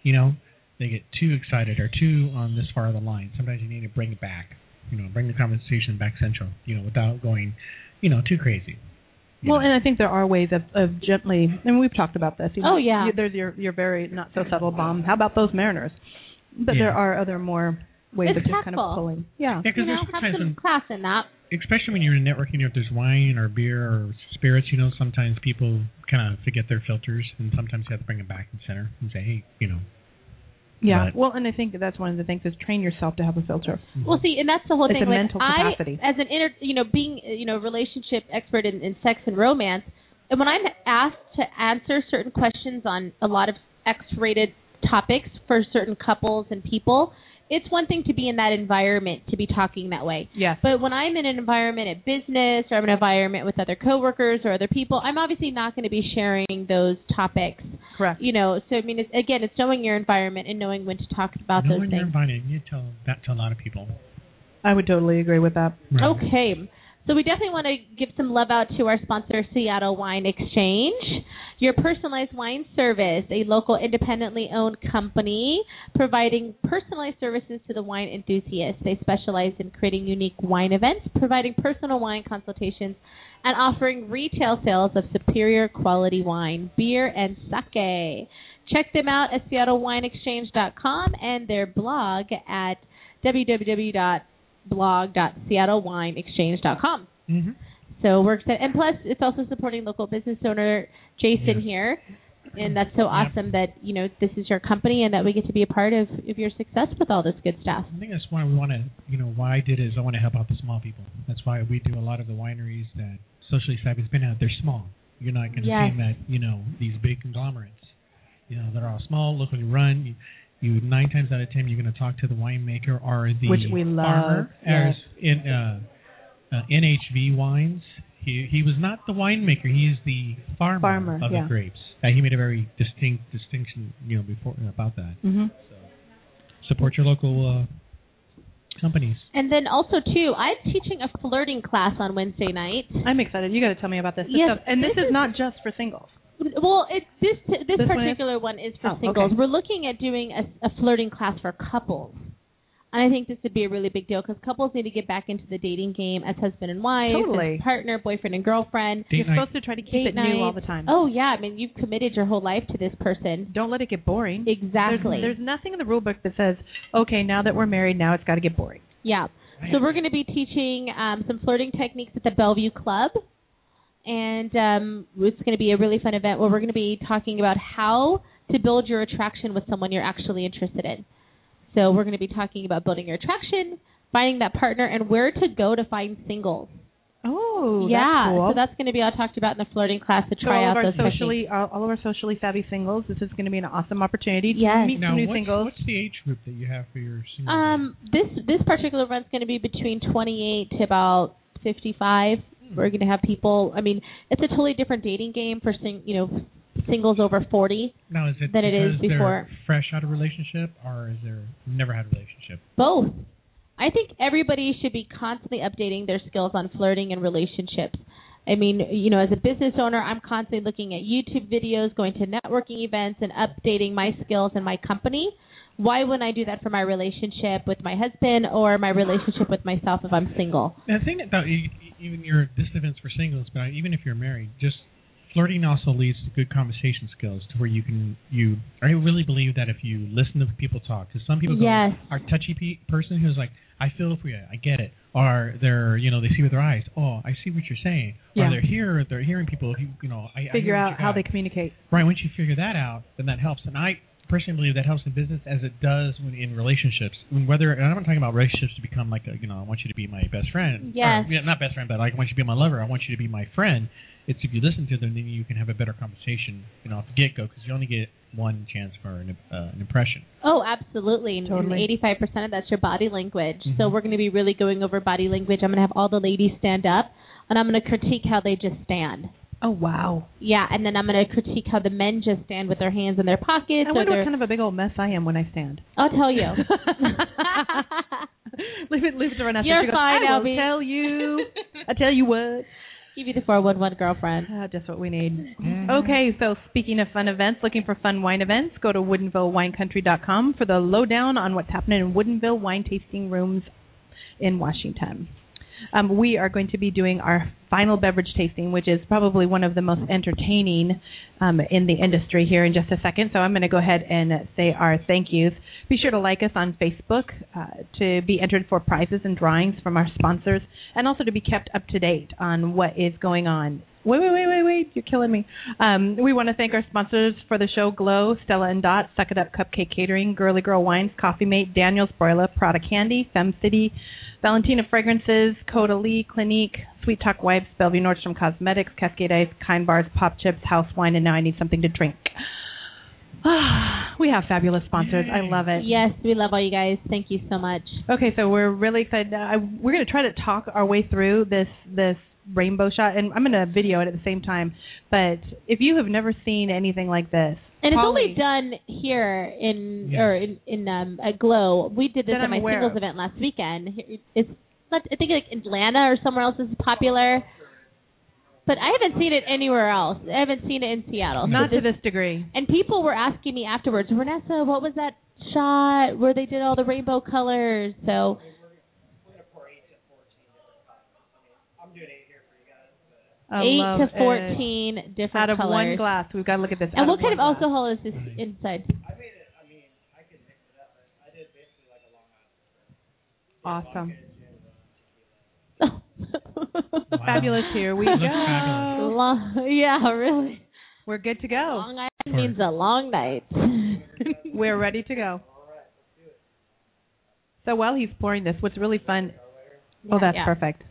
You know, they get too excited or too on this far of the line. Sometimes you need to bring it back. You know, bring the conversation back central. You know, without going, you know, too crazy. you
Well,
know.
and I think there are ways of, of gently, and we've talked about this. You know,
Oh, yeah.
you- There's your your very not so subtle bomb. How about those Mariners? But
Yeah.
there are other more ways
It's
of just kind
tactful.
of pulling. Yeah.
yeah,
You
because
know,
there's
have
sometimes
some
when
class in that.
especially when you're in networking, you know, if there's wine or beer or spirits, you know, sometimes people kind of forget their filters, and sometimes you have to bring them back in center and say, hey, you know,
Yeah.
Right.
Well, and I think that that's one of the things is train yourself to have a filter.
Well, see, and that's the whole
It's
thing.
a
like,
mental capacity.
I, as an inter, you know, being you know, relationship expert in, in sex and romance, and when I'm asked to answer certain questions on a lot of X-rated topics for certain couples and people, it's one thing to be in that environment to be talking that way.
Yes.
But when I'm in an environment at business or I'm in an environment with other coworkers or other people, I'm obviously not going to be sharing those topics.
Correct.
You know, so I mean, it's, again, it's knowing your environment and knowing when to talk about
no
those
one you're
things.
invited. You tell that to a lot of people.
I would totally agree with that.
Okay. So we definitely want to give some love out to our sponsor, Seattle Wine Exchange. Your personalized wine service, a local independently owned company providing personalized services to the wine enthusiast. They specialize in creating unique wine events, providing personal wine consultations, and offering retail sales of superior quality wine, beer, and sake. Check them out at seattlewineexchange.com and their blog at www blog.seattlewineexchange.com.
Mm-hmm.
So we're excited, and plus it's also supporting local business owner Jason
Yes.
here, and that's so awesome that you know this is your company and that we get to be a part of of your success with all this good stuff.
I think that's why we want to, you know, why I did it is I want to help out the small people. That's why we do a lot of the wineries that socially savvy has been at. They're small. You're not going to
Yes.
see them at, you know, these big conglomerates. You know, they're all small, locally run. You, you nine times out of ten, you're going to talk to the winemaker or the
Which we love,
farmer. As
yes.
in uh, uh, NHV Wines, he he was not the winemaker. He is the farmer,
Farmer,
of
yeah.
the grapes. Uh, he made a very distinct distinction, you know, before about that.
Mm-hmm.
Support your local uh, companies.
And then also too, I'm teaching a flirting class on Wednesday night.
I'm excited. You got to tell me about this. This
Yes,
stuff- and this,
this
is
is-
not just for singles.
Well, it, this this,
This one is-
particular one is, for
Oh, okay.
singles. We're looking at doing a, a flirting class for couples. And I think this would be a really big deal because couples need to get back into the dating game as husband and wife, as
Totally.
partner, boyfriend and girlfriend.
Date
You're
night.
supposed to try to keep
Date
it new all
night.
the time.
Oh yeah, I mean you've committed your whole life to this person.
Don't let it get boring. Mm-hmm. There's,
Exactly.
there's nothing in the rule book that says, okay, now that we're married, now it's got to get boring.
yeah. So we're going to be teaching um, some flirting techniques at the Bellevue Club, and um, it's going to be a really fun event where we're going to be talking about how to build your attraction with someone you're actually interested in. So we're going to be talking about building your attraction, finding that partner, and where to go to find singles.
Oh, Oh,
yeah,
That's cool.
so that's going to be all talked about in the flirting class to
So
try
all of
out
our
those
socially, all, all of our socially savvy singles. This is going to be an awesome opportunity to
Yes.
meet
Now,
some new
what's,
singles.
what's the age group that you have for your single?
Um, this this particular event's going to be between 28 to about 55. We're going to have people. I mean, it's a totally different dating game for sing, you know singles over 40.
now, is it
than it is
because they're
before.
fresh out of relationship, or is there never had a relationship?
Both. I think everybody should be constantly updating their skills on flirting and relationships. I mean, you know, as a business owner, I'm constantly looking at YouTube videos, going to networking events, and updating my skills and my company. Why wouldn't I do that for my relationship with my husband or my relationship with myself if I'm single?
The thing about e- e- even your this event's for singles, but even if you're married, just flirting also leads to good conversation skills, to where you can you. I really believe that if you listen to people talk, because some people go,
Yes.
are touchy pe- person who's like, I feel for you, I get it, or they're you know they see with their eyes, oh I see what you're saying,
Yeah.
or they're here, they're hearing people, you, you know, I I hear
Figure
what
out
you
how
got.
they communicate.
Right, once you figure that out, then that helps. And I personally believe that helps in business as it does when in relationships. When whether and I'm not talking about relationships to become like a you know I want you to be my best friend.
Yes.
Or, yeah, not best friend, but like I want you to be my lover. I want you to be my friend. It's if you listen to them, then you can have a better conversation, you know, off the get go, because you only get one chance for an, uh, an impression.
Oh, absolutely. And-
Totally. Mm-hmm.
And 85% of that's your body language. So we're going to be really going over body language. I'm going to have all the ladies stand up, and I'm going to critique how they just stand.
Oh wow!
Yeah, and then I'm going to critique how the men just stand with their hands in their pockets.
I
or
wonder
their-
what kind of a big old mess I am when I stand.
I'll tell you.
leave it, leave it to Vanessa.
You're
she goes,
fine,
I will
Albie."
tell you. I tell you what.
Give you the 411 girlfriend.
Ah, just what we need.
Mm-hmm.
Okay, so speaking of fun events, looking for fun wine events, go to woodenvillewinecountry.com for the lowdown on what's happening in Woodenville wine tasting rooms in Washington. Um, we are going to be doing our final beverage tasting, which is probably one of the most entertaining um, in the industry here in just a second. So I'm going to go ahead and say our thank yous. Be sure to like us on Facebook uh, to be entered for prizes and drawings from our sponsors and also to be kept up to date on what is going on. Wait, wait, wait, wait, wait. You're killing me. Um, we want to thank our sponsors for the show Glow, Stella and Dot, Suck It Up Cupcake Catering, Girly Girl Wines, Coffee Mate, Daniel's Broiler, Prada Candy, Femme City, Valentina Fragrances, Coda Lee, Clinique, Sweet Talk Wipes, Bellevue Nordstrom Cosmetics, Cascade Ice, Kind Bars, Pop Chips, House Wine, and now I need something to drink. we have fabulous sponsors. I love it.
Yes, we love all you guys. Thank you so much.
Okay, so we're really excited. I, we're going to try to talk our way through this this rainbow shot, and I'm going to video it at the same time. But if you have never seen anything like this,
And it's
Polly,
only done here in
Yes.
or in, in um, at Glow. We did this
That
at
I'm
my
aware
singles
of.
event last weekend. It's not, I think like Atlanta or somewhere else is popular, but I haven't seen it anywhere else. I haven't seen it in Seattle.
not to this degree.
And people were asking me afterwards, Vanessa, what was that shot where they did all the rainbow colors? So
I love
eight
it.
to fourteen different
out of
colors.
one glass. We've got to look at this.
and
out
what kind of
one glass.
alcohol is this inside?
Awesome,
Wow.
fabulous. Here we
Looks
go.
fabulous.
Long, yeah, really.
We're good to go.
Long Island means a long night.
We're ready to go. So while he's pouring this, what's really fun Oh, that's
Yeah.
perfect.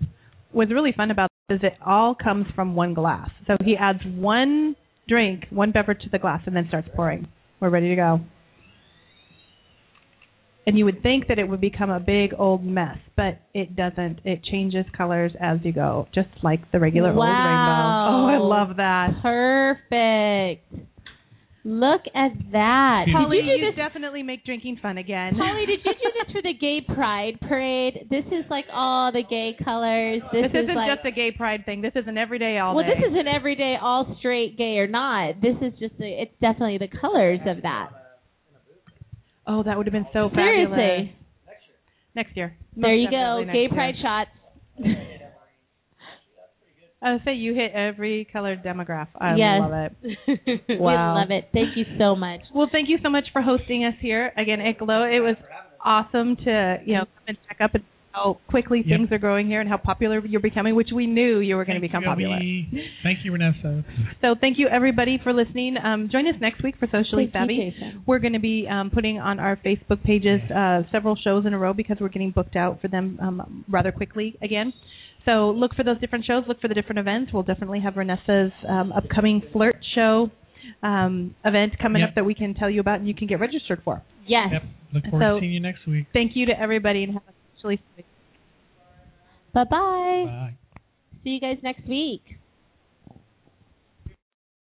What's really fun about this is it all comes from one glass. So he adds one drink, one beverage to the glass, and then starts pouring. We're ready to go. And you would think that it would become a big old mess, but it doesn't. It changes colors as you go, just like the regular
Wow.
old rainbow. Oh, I love that.
Perfect. Look at that.
Polly,
did you do
you
this?
definitely make drinking fun again.
Polly, did you do this for the gay pride parade? This is like all the gay colors. This,
This
is
isn't
like
just a gay pride thing. This is an everyday all
well,
day.
this is an everyday, all straight, gay or not. This is just a, it's definitely the colors of that.
oh, that would have been so fabulous.
Seriously,
Next year.
there
Most
you go,
definitely next
gay
year.
pride shots.
I would say you hit every color demograph. I
Yes.
love it. Wow.
We love it. Thank you so much.
Well, thank you so much for hosting us here again at Glow. It was awesome to you know come and check up and how quickly
Yep.
things are growing here and how popular you're becoming, which we knew you were going to
Thank
become
you,
popular.
Abby. Thank you, Vanessa.
So thank you everybody for listening. Um, join us next week for Socially
Thank you,
Savvy.
Jason.
We're going to be um, putting on our Facebook pages uh, several shows in a row because we're getting booked out for them um, rather quickly again. So look for those different shows. Look for the different events. We'll definitely have Renessa's um, upcoming flirt show um, event coming
Yep.
up that we can tell you about and you can get registered for.
Yes.
Yep. Look forward
So-
to seeing you next week.
Thank you to everybody and have a really
Bye bye.
Bye.
See you guys next week.